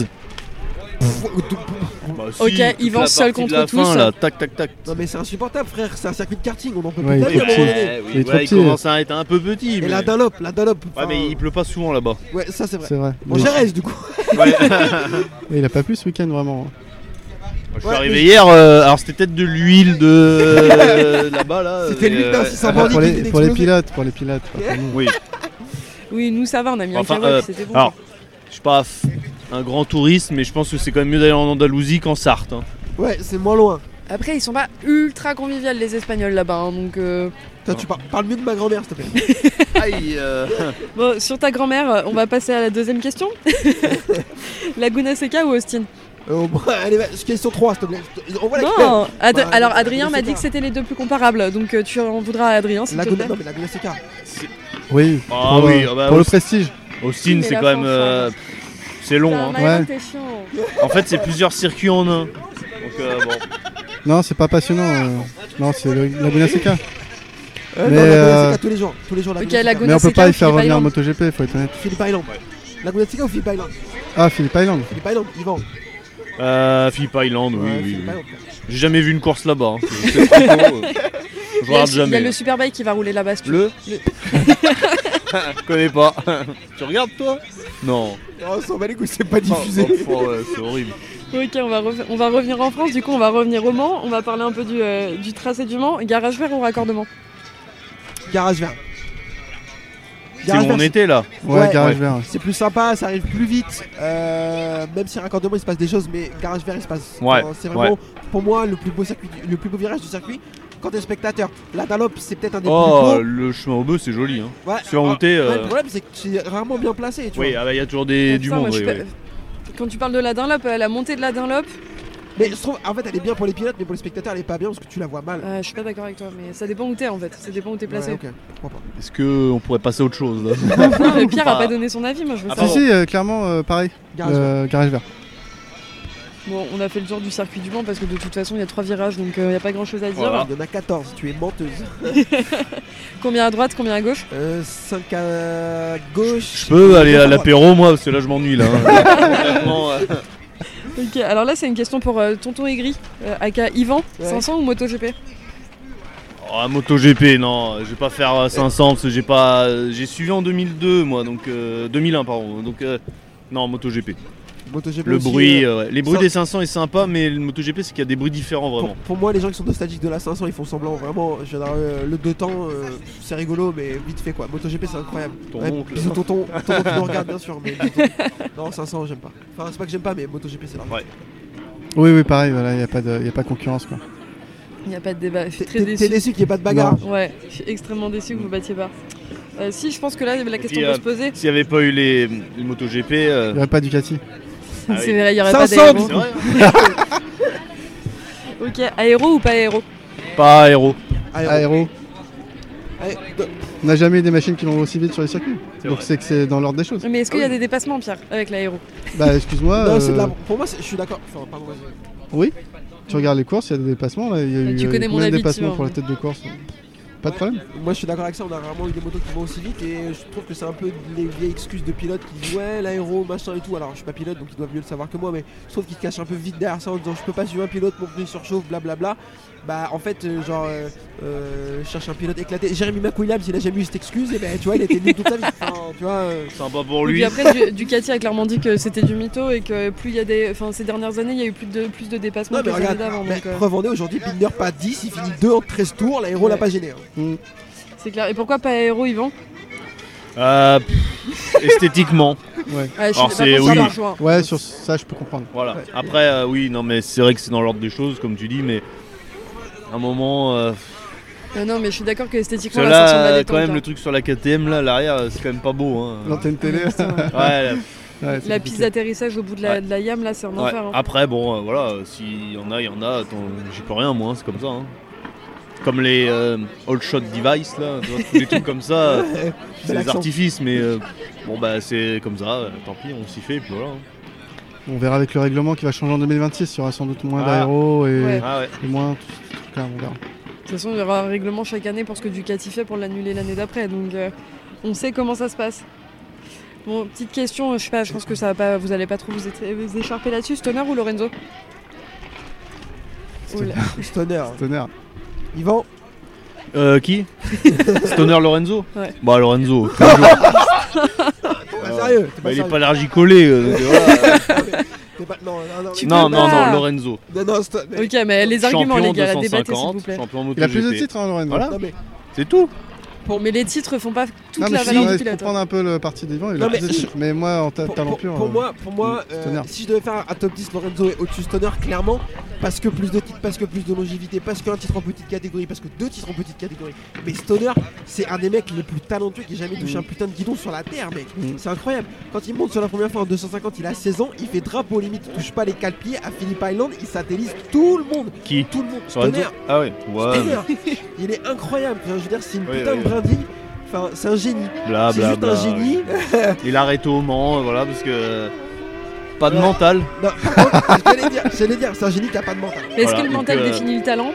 [SPEAKER 3] Pff, tout-
[SPEAKER 5] Bah, si,
[SPEAKER 2] Ok,
[SPEAKER 5] toute la
[SPEAKER 2] Yvan seul
[SPEAKER 5] partie de
[SPEAKER 2] contre
[SPEAKER 5] la
[SPEAKER 2] tous.
[SPEAKER 5] Fin, là. Tac, tac, tac.
[SPEAKER 3] Non mais c'est insupportable frère, c'est un circuit de karting, on en peut
[SPEAKER 6] Ouais,
[SPEAKER 3] plus
[SPEAKER 6] il
[SPEAKER 3] d'aller à
[SPEAKER 6] est
[SPEAKER 3] un moment
[SPEAKER 6] petit.
[SPEAKER 3] donné.
[SPEAKER 6] Il est
[SPEAKER 5] oui,
[SPEAKER 6] trop
[SPEAKER 5] ouais, il
[SPEAKER 6] petit.
[SPEAKER 5] commence à être un peu petit.
[SPEAKER 3] Et
[SPEAKER 5] Mais...
[SPEAKER 3] la Dunlop, la Dunlop. enfin,
[SPEAKER 5] Ouais, mais il pleut pas souvent là-bas.
[SPEAKER 3] ouais, ça c'est vrai.
[SPEAKER 6] C'est vrai.
[SPEAKER 3] Bon,
[SPEAKER 6] Mais-
[SPEAKER 3] j'arrête du coup.
[SPEAKER 5] Ouais.
[SPEAKER 6] mais il a pas plu ce week-end vraiment.
[SPEAKER 5] Je suis
[SPEAKER 3] Ouais,
[SPEAKER 5] arrivé
[SPEAKER 3] mais-
[SPEAKER 5] hier, euh, alors c'était peut-être de l'huile de (laughs) euh, là-bas là.
[SPEAKER 3] C'était
[SPEAKER 5] euh,
[SPEAKER 3] l'huile
[SPEAKER 5] euh,
[SPEAKER 3] d'insistance.
[SPEAKER 6] Pour,
[SPEAKER 3] Vendredi,
[SPEAKER 6] les,
[SPEAKER 3] il est
[SPEAKER 6] pour les
[SPEAKER 3] explosé.
[SPEAKER 6] pilotes, pour les pilotes. pas pour nous.
[SPEAKER 5] Oui.
[SPEAKER 2] Oui, nous ça va, on a mis
[SPEAKER 5] Enfin,
[SPEAKER 2] un kawak,
[SPEAKER 5] euh,
[SPEAKER 2] c'était bon.
[SPEAKER 5] Alors, je suis pas f- un grand touriste, mais je pense que c'est quand même mieux d'aller en Andalousie qu'en Sarthe. hein.
[SPEAKER 3] Ouais, c'est moins loin.
[SPEAKER 2] Après, ils sont pas ultra conviviales les Espagnols là-bas, hein, donc. euh,
[SPEAKER 3] Toi, tu par- parles mieux de ma grand-mère, s'il te
[SPEAKER 5] (laughs)
[SPEAKER 3] plaît.
[SPEAKER 5] Aïe. euh,
[SPEAKER 2] Bon, sur ta grand-mère, euh, on va passer à la deuxième question. (laughs) Laguna Seca ou Austin
[SPEAKER 3] Euh, au moins, allez, va- question 3, s'il te plaît. On voit la Ah, Laguna
[SPEAKER 2] Non. Ad-
[SPEAKER 3] Bah,
[SPEAKER 2] Alors
[SPEAKER 3] Laguna
[SPEAKER 2] Adrien m'a
[SPEAKER 3] Seca.
[SPEAKER 2] dit que c'était les deux plus comparables, donc euh, tu en voudras à Adrien. s'il te plaît.
[SPEAKER 3] Non, mais Laguna Seca.
[SPEAKER 6] Oui.
[SPEAKER 5] Ah
[SPEAKER 6] pour,
[SPEAKER 5] oui,
[SPEAKER 6] euh,
[SPEAKER 5] ah bah
[SPEAKER 6] pour le
[SPEAKER 5] aussi.
[SPEAKER 6] prestige.
[SPEAKER 5] Austin,
[SPEAKER 2] Mais
[SPEAKER 5] c'est
[SPEAKER 2] la
[SPEAKER 5] quand même.
[SPEAKER 2] France, hein.
[SPEAKER 5] euh,
[SPEAKER 2] ouais.
[SPEAKER 5] c'est long. hein.
[SPEAKER 2] Putain, Maëlan,
[SPEAKER 6] Ouais.
[SPEAKER 2] t'es chiant.
[SPEAKER 5] En fait, c'est plusieurs circuits en un. Donc, euh, bon.
[SPEAKER 6] Non, c'est pas passionnant. euh. Non, c'est le- Laguna Seca.
[SPEAKER 3] Euh,
[SPEAKER 6] Mais,
[SPEAKER 3] non, Laguna
[SPEAKER 6] euh,
[SPEAKER 3] Seca tous les jours. Tous les jours,
[SPEAKER 2] Ok,
[SPEAKER 3] Laguna Seca.
[SPEAKER 2] Laguna-
[SPEAKER 6] Mais on peut
[SPEAKER 2] Seca
[SPEAKER 6] pas
[SPEAKER 2] ou
[SPEAKER 6] y faire
[SPEAKER 2] Philippe
[SPEAKER 6] revenir en
[SPEAKER 2] Island
[SPEAKER 6] MotoGP, faut être honnête.
[SPEAKER 3] Philippe Island. Laguna Seca ou Philippe Island
[SPEAKER 6] Ah, Philippe Island.
[SPEAKER 3] Philippe Island, Yvan.
[SPEAKER 5] Euh, Philippe Island, oui,
[SPEAKER 3] Ouais,
[SPEAKER 5] oui,
[SPEAKER 3] Philippe
[SPEAKER 5] oui.
[SPEAKER 3] Island.
[SPEAKER 5] J'ai jamais vu une course là-bas. hein.
[SPEAKER 2] Il y a-
[SPEAKER 5] (laughs) C'est trop con, euh. Je regarde
[SPEAKER 2] Il y a
[SPEAKER 5] jamais.
[SPEAKER 2] le Superbike qui va rouler là-bas. si tu veux.
[SPEAKER 5] Le (laughs) Je connais pas. tu regardes toi Non.
[SPEAKER 3] Oh, on s'en bat les couilles, c'est pas diffusé.
[SPEAKER 5] Oh, oh, ouais, c'est horrible.
[SPEAKER 2] Ok, on va, rev- on va revenir en France. Du coup, on va revenir au Mans. On va parler un peu du, euh, du tracé du Mans. Garage vert ou raccordement
[SPEAKER 3] Garage vert.
[SPEAKER 5] C'est où on
[SPEAKER 3] vert,
[SPEAKER 5] était là.
[SPEAKER 6] Ouais,
[SPEAKER 3] Ouais.
[SPEAKER 6] garage
[SPEAKER 5] Ouais.
[SPEAKER 6] vert.
[SPEAKER 3] c'est plus sympa, ça arrive plus vite. Euh, même si raccordement il se passe des choses, mais garage vert il se passe.
[SPEAKER 5] Ouais,
[SPEAKER 3] enfin, c'est vraiment pour moi le plus beau circuit, du- le plus beau virage du circuit. Quand t'es spectateur, la Dunlop c'est peut-être un des
[SPEAKER 5] Oh,
[SPEAKER 3] plus beaux.
[SPEAKER 5] le chemin au bœuf, c'est joli. Hein.
[SPEAKER 3] Ouais.
[SPEAKER 5] Sur routé.
[SPEAKER 3] Ouais, le problème c'est que c'est rarement bien placé. Tu
[SPEAKER 5] Oui,
[SPEAKER 3] vois.
[SPEAKER 5] ah bah, il y a toujours des,
[SPEAKER 2] Oh,
[SPEAKER 5] du
[SPEAKER 2] putain,
[SPEAKER 5] monde.
[SPEAKER 2] moi, je
[SPEAKER 5] oui,
[SPEAKER 2] suis
[SPEAKER 5] oui.
[SPEAKER 2] pas- Quand tu parles de la Dunlop, euh, la montée de la Dunlop,
[SPEAKER 3] Mais je trouve en fait elle est bien pour les pilotes, mais pour les spectateurs elle est pas bien parce que tu la vois mal.
[SPEAKER 2] euh, je suis pas d'accord avec toi, mais ça dépend où t'es en fait. Ça dépend où t'es placé.
[SPEAKER 3] Ouais, ok, je comprends pas.
[SPEAKER 5] Est-ce qu'on pourrait passer à autre chose là
[SPEAKER 2] (laughs) Non, mais Pierre a
[SPEAKER 5] Ah.
[SPEAKER 2] pas donné son avis, moi je veux
[SPEAKER 5] Ah,
[SPEAKER 2] savoir.
[SPEAKER 6] Si, si, euh, clairement, euh, pareil.
[SPEAKER 3] Garage vert.
[SPEAKER 6] Euh, garage vert.
[SPEAKER 2] Bon, on a fait le tour du circuit du Mans parce que de toute façon il y a trois virages donc il n'y a pas grand chose à dire.
[SPEAKER 5] Voilà.
[SPEAKER 3] Il y en a 14, tu es menteuse.
[SPEAKER 2] Combien à droite, combien à gauche
[SPEAKER 3] Euh, 5 à gauche.
[SPEAKER 5] Je peux aller à l'apéro moi, parce que là je m'ennuie là. (laughs) Franchement, euh,
[SPEAKER 2] Ok, alors là c'est une question pour euh, Tonton Aigri, euh, aka Yvan,
[SPEAKER 3] Ouais.
[SPEAKER 2] 500 ou MotoGP
[SPEAKER 5] oh, MotoGP, non, je vais pas faire euh, 500 parce que j'ai pas, euh, j'ai suivi en 2002 moi, donc euh, 2001 pardon, donc euh, non MotoGP.
[SPEAKER 3] MotoGP
[SPEAKER 5] Le
[SPEAKER 3] aussi,
[SPEAKER 5] bruit,
[SPEAKER 3] euh,
[SPEAKER 5] euh, ouais. les bruits
[SPEAKER 3] ça-
[SPEAKER 5] des 500 est sympa, mais le MotoGP c'est qu'il y a des bruits différents
[SPEAKER 3] Pour,
[SPEAKER 5] vraiment.
[SPEAKER 3] pour moi, les gens qui sont nostalgiques de la 500, ils font semblant vraiment. Je veux dire, euh, le deux temps, euh, c'est rigolo, mais vite fait quoi. MotoGP, c'est incroyable.
[SPEAKER 5] Ton
[SPEAKER 3] Ouais,
[SPEAKER 5] oncle.
[SPEAKER 3] bisous, tonton, tonton, tu nous regardes bien sûr, mais bisous. non 500, j'aime pas. Enfin, c'est pas que j'aime pas, mais MotoGP, c'est normal.
[SPEAKER 5] Ouais.
[SPEAKER 6] Oui, oui, pareil, voilà, il n'y a, pas de- y a pas concurrence. Quoi.
[SPEAKER 2] Il n'y a pas de débat, je suis
[SPEAKER 3] T'es-
[SPEAKER 2] très
[SPEAKER 3] T'es t'es
[SPEAKER 2] déçu.
[SPEAKER 3] déçu qu'il n'y ait pas de bagarre
[SPEAKER 2] Ouais, je suis extrêmement déçu que vous battiez pas. Euh, si, je pense que là la question
[SPEAKER 5] puis,
[SPEAKER 2] peut
[SPEAKER 5] euh,
[SPEAKER 2] se poser.
[SPEAKER 5] S'il n'y avait pas eu les, les MotoGP,
[SPEAKER 6] Il
[SPEAKER 5] euh,
[SPEAKER 6] n'y aurait pas Ducati.
[SPEAKER 5] ah
[SPEAKER 2] (laughs) c'est
[SPEAKER 5] oui. hein.
[SPEAKER 2] vrai, il y aurait
[SPEAKER 3] 500,
[SPEAKER 2] pas
[SPEAKER 5] c'est
[SPEAKER 2] d'aéro.
[SPEAKER 5] vrai.
[SPEAKER 2] Ok, aéro ou pas aéro
[SPEAKER 5] Pas aéro.
[SPEAKER 3] Aéro.
[SPEAKER 6] Aéro.
[SPEAKER 3] Allez, de-
[SPEAKER 6] On n'a jamais eu des machines qui vont aussi vite sur les circuits.
[SPEAKER 5] C'est
[SPEAKER 6] Donc
[SPEAKER 5] vrai.
[SPEAKER 6] c'est que c'est dans l'ordre
[SPEAKER 3] (laughs)
[SPEAKER 6] des choses.
[SPEAKER 2] Mais est-ce qu'il y a des dépassements, Pierre, avec l'aéro
[SPEAKER 6] Bah excuse-moi,
[SPEAKER 3] non, c'est de la-
[SPEAKER 6] euh,
[SPEAKER 3] Pour moi, c'est- je suis d'accord. Enfin, pardon, vas-y.
[SPEAKER 6] tu regardes les courses, il y a des dépassements. Là. Il y a
[SPEAKER 2] Bah,
[SPEAKER 6] eu
[SPEAKER 2] tu
[SPEAKER 6] euh,
[SPEAKER 2] connais mon
[SPEAKER 6] combien de
[SPEAKER 2] avis, tu
[SPEAKER 6] dépassements
[SPEAKER 2] vois.
[SPEAKER 6] pour la tête de course Pas de problème.
[SPEAKER 3] Moi, je suis d'accord avec ça. On a rarement eu des motos qui vont aussi vite et je trouve que c'est un peu les vieilles excuses de pilotes qui disent ouais, l'aéro, machin et tout. Alors, je suis pas pilote donc ils doivent mieux le savoir que moi, mais je trouve qu'ils se cachent un peu vite derrière ça en disant je peux pas suivre un pilote, mon pneu surchauffe, blablabla. Bah, en fait, euh, genre, euh, euh, je cherche un pilote éclaté. Jérémy McWilliams, il a jamais eu cette excuse et ben tu vois, il était nul toute sa vie. Enfin, tu vois. euh,
[SPEAKER 5] Sympa pour
[SPEAKER 2] Et puis après, du- Ducati a clairement dit que c'était du mytho et que plus il y a des. Enfin, ces dernières années, il y a eu plus de, plus de dépassements
[SPEAKER 3] Non
[SPEAKER 2] que
[SPEAKER 3] mais
[SPEAKER 2] les années
[SPEAKER 3] regarde,
[SPEAKER 2] d'avant.
[SPEAKER 3] mais
[SPEAKER 2] donc, euh,
[SPEAKER 3] preuve en est aujourd'hui, Binder pas 10, il finit 2 en 13 tours, l'aéro l'a
[SPEAKER 2] Ouais.
[SPEAKER 3] pas gêné. hein.
[SPEAKER 2] c'est clair. Et pourquoi pas aéro, Yvan
[SPEAKER 5] Euh, pff, esthétiquement,
[SPEAKER 2] Ouais, Ah, je
[SPEAKER 5] Alors,
[SPEAKER 2] suis pas
[SPEAKER 5] c'est-
[SPEAKER 2] contre,
[SPEAKER 5] oui.
[SPEAKER 2] ça marche, hein.
[SPEAKER 6] Ouais, sur ça je peux comprendre.
[SPEAKER 5] voilà. Après, euh, oui, non, mais c'est vrai que c'est dans l'ordre des choses, comme tu dis, mais à un moment, euh,
[SPEAKER 2] Non, non, mais je suis d'accord que esthétiquement,
[SPEAKER 5] parce que
[SPEAKER 2] la sortie de
[SPEAKER 5] là, euh,
[SPEAKER 2] la
[SPEAKER 5] quand même, le
[SPEAKER 2] détente,
[SPEAKER 5] truc sur la KTM, là, l'arrière, euh, c'est quand même pas beau. hein.
[SPEAKER 6] L'antenne télé.
[SPEAKER 2] hein. Putain, (laughs)
[SPEAKER 5] Ouais, là,
[SPEAKER 6] ouais, c'est
[SPEAKER 2] La
[SPEAKER 6] compliqué.
[SPEAKER 2] piste d'atterrissage au bout de la,
[SPEAKER 5] Ouais.
[SPEAKER 2] de la yam, là, c'est un
[SPEAKER 5] ouais.
[SPEAKER 2] enfer. hein.
[SPEAKER 5] Après, bon, euh, voilà, euh, s'il y en a, il y en a, attends, j'y peux rien, moi, hein, c'est comme ça. hein. Comme les euh, all shot device, là, tu vois, tous les trucs comme ça, euh, c'est
[SPEAKER 3] Bel
[SPEAKER 5] des
[SPEAKER 3] accent.
[SPEAKER 5] artifices, mais euh, bon, bah, c'est comme ça, euh, tant pis, on s'y fait, et puis voilà. hein.
[SPEAKER 6] On verra avec le règlement qui va changer en 2026. Il y aura sans doute moins
[SPEAKER 5] Ah.
[SPEAKER 6] d'aéro et,
[SPEAKER 2] Ouais.
[SPEAKER 5] Ah ouais.
[SPEAKER 6] et moins. tout ce truc-là, on verra.
[SPEAKER 2] De toute façon, il y aura un règlement chaque année pour ce que Ducati fait pour l'annuler l'année d'après. Donc, euh, on sait comment ça se passe. Bon, petite question, je sais pas, je pense que ça va pas, vous allez pas trop vous, éta- vous écharper là-dessus, Stoner ou Lorenzo Oula.
[SPEAKER 3] Stoner.
[SPEAKER 6] Tonnerre.
[SPEAKER 3] Yvan,
[SPEAKER 5] Euh, qui Stoner Lorenzo
[SPEAKER 2] Ouais.
[SPEAKER 5] Bah, Lorenzo.
[SPEAKER 3] t'es pas Oh, sérieux T'es
[SPEAKER 5] Bah,
[SPEAKER 3] pas
[SPEAKER 5] il est
[SPEAKER 3] sérieux
[SPEAKER 5] pas largicolé. euh, donc, voilà.
[SPEAKER 3] T'es pas- Non, non, non,
[SPEAKER 2] Tu
[SPEAKER 5] non,
[SPEAKER 2] peux
[SPEAKER 5] non,
[SPEAKER 2] pas.
[SPEAKER 5] non, Lorenzo.
[SPEAKER 3] non, non, Stoner.
[SPEAKER 2] Ok, mais les arguments,
[SPEAKER 5] champion
[SPEAKER 2] les gars, la débattez, s'il vous
[SPEAKER 5] 250,
[SPEAKER 2] plaît.
[SPEAKER 5] champion
[SPEAKER 6] Il a plus de
[SPEAKER 5] MotoGP.
[SPEAKER 6] titres, hein, Lorenzo.
[SPEAKER 5] Voilà.
[SPEAKER 3] Non, mais,
[SPEAKER 5] C'est tout.
[SPEAKER 2] Bon, mais les titres font pas toute
[SPEAKER 6] Non, mais
[SPEAKER 2] la
[SPEAKER 6] je
[SPEAKER 2] valeur
[SPEAKER 6] suis
[SPEAKER 2] du
[SPEAKER 6] je
[SPEAKER 2] pilote.
[SPEAKER 6] comprends un peu le parti d'Ivan. Il a
[SPEAKER 3] Non,
[SPEAKER 6] plus
[SPEAKER 3] mais-
[SPEAKER 6] de titres. Mais moi, en ta-
[SPEAKER 3] pour,
[SPEAKER 6] talent
[SPEAKER 3] pour-
[SPEAKER 6] pur.
[SPEAKER 3] pour
[SPEAKER 6] euh,
[SPEAKER 3] moi, pour moi euh,
[SPEAKER 6] Stoner.
[SPEAKER 3] si je devais faire un top 10, Lorenzo est au-dessus de Stoner, clairement, parce que plus de titres, parce que plus de longévité, parce qu'un titre en petite catégorie, parce que deux titres en petite catégorie. Mais Stoner, c'est un des mecs les plus talentueux qui ait jamais touché
[SPEAKER 6] Mm.
[SPEAKER 3] un putain de guidon sur la terre, mec.
[SPEAKER 6] Mm.
[SPEAKER 3] C'est incroyable. Quand il monte sur la première fois en 250, il a 16 ans, il fait drapeau limite, il touche pas les quatre pieds. À Phillip Island, il satellise tout le monde,
[SPEAKER 5] Qui
[SPEAKER 3] tout le monde.
[SPEAKER 5] Lorenzo
[SPEAKER 3] Stoner,
[SPEAKER 5] Ah ouais. Ouais.
[SPEAKER 3] Stoner, il est incroyable. Enfin, je veux dire, c'est une
[SPEAKER 5] Oui,
[SPEAKER 3] putain
[SPEAKER 5] oui. Ah,
[SPEAKER 3] de brindille. Enfin, c'est un génie.
[SPEAKER 5] Bla
[SPEAKER 3] c'est
[SPEAKER 5] bla
[SPEAKER 3] juste
[SPEAKER 5] bla.
[SPEAKER 3] un génie.
[SPEAKER 5] Il arrête au Mans, euh, voilà, parce que euh, pas de
[SPEAKER 3] Ouais.
[SPEAKER 5] mental.
[SPEAKER 3] Non, (laughs) par contre, j'allais dire, j'allais dire, c'est un génie qui a pas de mental.
[SPEAKER 2] Mais Est-ce
[SPEAKER 5] Voilà,
[SPEAKER 2] que le
[SPEAKER 5] donc,
[SPEAKER 2] mental
[SPEAKER 5] euh,
[SPEAKER 2] définit le talent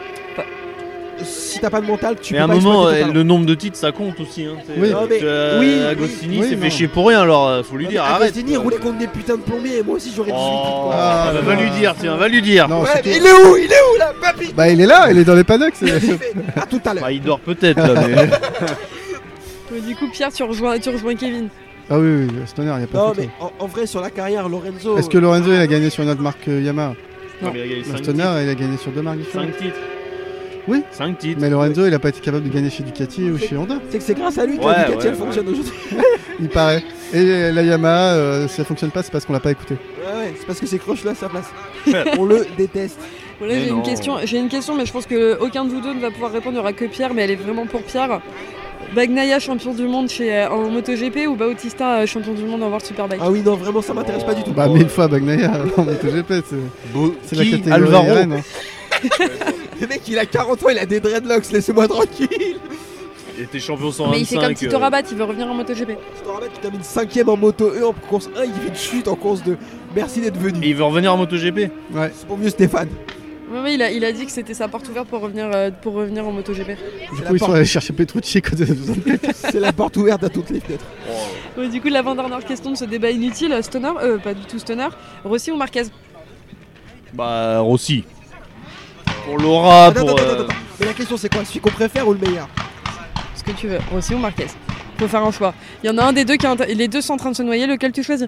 [SPEAKER 3] Si t'as pas de mental, tu
[SPEAKER 5] Mais
[SPEAKER 3] peux
[SPEAKER 5] à un
[SPEAKER 3] pas
[SPEAKER 5] moment,
[SPEAKER 3] exploiter
[SPEAKER 5] euh,
[SPEAKER 3] ton
[SPEAKER 5] le nombre de titres, ça compte aussi. Hein. C'est-
[SPEAKER 6] Oui.
[SPEAKER 5] euh,
[SPEAKER 3] Non, mais-
[SPEAKER 5] euh,
[SPEAKER 3] oui,
[SPEAKER 5] Agostini
[SPEAKER 6] oui,
[SPEAKER 5] s'est
[SPEAKER 6] oui,
[SPEAKER 5] fait
[SPEAKER 6] non.
[SPEAKER 5] chier pour rien, alors euh, faut lui dire.
[SPEAKER 3] talent.
[SPEAKER 5] Arrête.
[SPEAKER 3] Agostini roulait contre des putains de plombiers et moi aussi j'aurais 18 titres,
[SPEAKER 5] Oh,
[SPEAKER 3] quoi.
[SPEAKER 6] Ah,
[SPEAKER 5] bah, va
[SPEAKER 6] non.
[SPEAKER 5] lui dire, tiens, va lui dire.
[SPEAKER 6] Non,
[SPEAKER 3] Ouais, mais il
[SPEAKER 6] surtout-
[SPEAKER 3] est où Il est où là Papy
[SPEAKER 6] Bah, il est là, il est dans les paddocks. c'est- (laughs)
[SPEAKER 3] Il fait- À tout à l'heure.
[SPEAKER 5] Bah, il dort peut-être là, mais
[SPEAKER 2] Mais Du coup, Pierre, tu rejoins, tu rejoins Kevin.
[SPEAKER 6] Ah oui, oui, Stoner, il n'y a pas
[SPEAKER 3] Non,
[SPEAKER 6] de
[SPEAKER 3] mais
[SPEAKER 6] titre.
[SPEAKER 3] en, en vrai, sur la carrière, Lorenzo.
[SPEAKER 6] Est-ce que Lorenzo, il a gagné sur une autre marque que Yamaha
[SPEAKER 5] Non, mais il a gagné
[SPEAKER 6] Mais
[SPEAKER 5] cinq
[SPEAKER 6] Stoner, il a gagné sur deux marques différentes.
[SPEAKER 5] 5 titres.
[SPEAKER 6] Oui.
[SPEAKER 5] 5 titres.
[SPEAKER 6] Mais Lorenzo, il a pas été capable de gagner chez Ducati ou chez Honda,
[SPEAKER 3] C'est que c'est grâce à lui que
[SPEAKER 5] Ouais,
[SPEAKER 3] la Ducati
[SPEAKER 5] ouais,
[SPEAKER 3] elle
[SPEAKER 5] ouais.
[SPEAKER 3] fonctionne aujourd'hui. (laughs)
[SPEAKER 6] il paraît. Et la Yamaha, euh, si elle fonctionne pas, c'est parce qu'on l'a pas écouté.
[SPEAKER 3] Ouais, ouais, c'est parce que c'est croche là sa place. (laughs) On le déteste.
[SPEAKER 2] Voilà,
[SPEAKER 5] Mais
[SPEAKER 2] j'ai une
[SPEAKER 5] non.
[SPEAKER 2] question, j'ai une question, mais je pense que aucun de vous deux ne va pouvoir répondre. Il n'y aura que Pierre, mais elle est vraiment pour Pierre. Bagnaia champion du monde chez, euh, en MotoGP ou Bautista euh, champion du monde en World Superbike
[SPEAKER 3] Ah oui, non, vraiment, ça m'intéresse pas du tout.
[SPEAKER 6] Bah, mille fois Bagnaia (laughs) en MotoGP, c'est-
[SPEAKER 5] Beau-
[SPEAKER 6] c'est la
[SPEAKER 5] Oh, Qui
[SPEAKER 6] catégorie
[SPEAKER 5] Alvaro.
[SPEAKER 6] RN, hein.
[SPEAKER 3] Le mec, il a 40 ans, il a des dreadlocks, laissez-moi tranquille.
[SPEAKER 5] Il était champion 125.
[SPEAKER 2] Mais il fait comme Tito
[SPEAKER 5] euh,
[SPEAKER 2] Rabat, il veut revenir en MotoGP.
[SPEAKER 3] Je te rappelle, tu termines 5ème en moto E en course 1, il fait une chute en course 2. Merci d'être venu.
[SPEAKER 5] Et il veut revenir en MotoGP
[SPEAKER 6] Ouais,
[SPEAKER 3] C'est pour mieux Stéphane.
[SPEAKER 2] Ouais, ouais, il, a, il a dit que c'était sa porte ouverte pour revenir, euh, pour revenir en MotoGP.
[SPEAKER 6] du
[SPEAKER 3] la
[SPEAKER 6] coup, ils sont
[SPEAKER 3] porte.
[SPEAKER 6] allés chercher Petrucci côté de
[SPEAKER 3] C'est la porte ouverte à toutes les fenêtres.
[SPEAKER 2] Ouais, du coup, l'avant-dernière question de ce débat inutile, Stoner, euh, pas du tout Stoner, Rossi ou Marquez
[SPEAKER 5] Bah Rossi. Pour Laura,
[SPEAKER 3] Attends,
[SPEAKER 5] pour.
[SPEAKER 3] attends,
[SPEAKER 5] euh,
[SPEAKER 3] attends, attends. Mais la question c'est quoi Celui qu'on préfère ou le meilleur
[SPEAKER 2] Ce que tu veux, Rossi ou Marquez Faut faire un choix. Il y en a un des deux qui est en train- les deux sont en train de se noyer, lequel tu choisis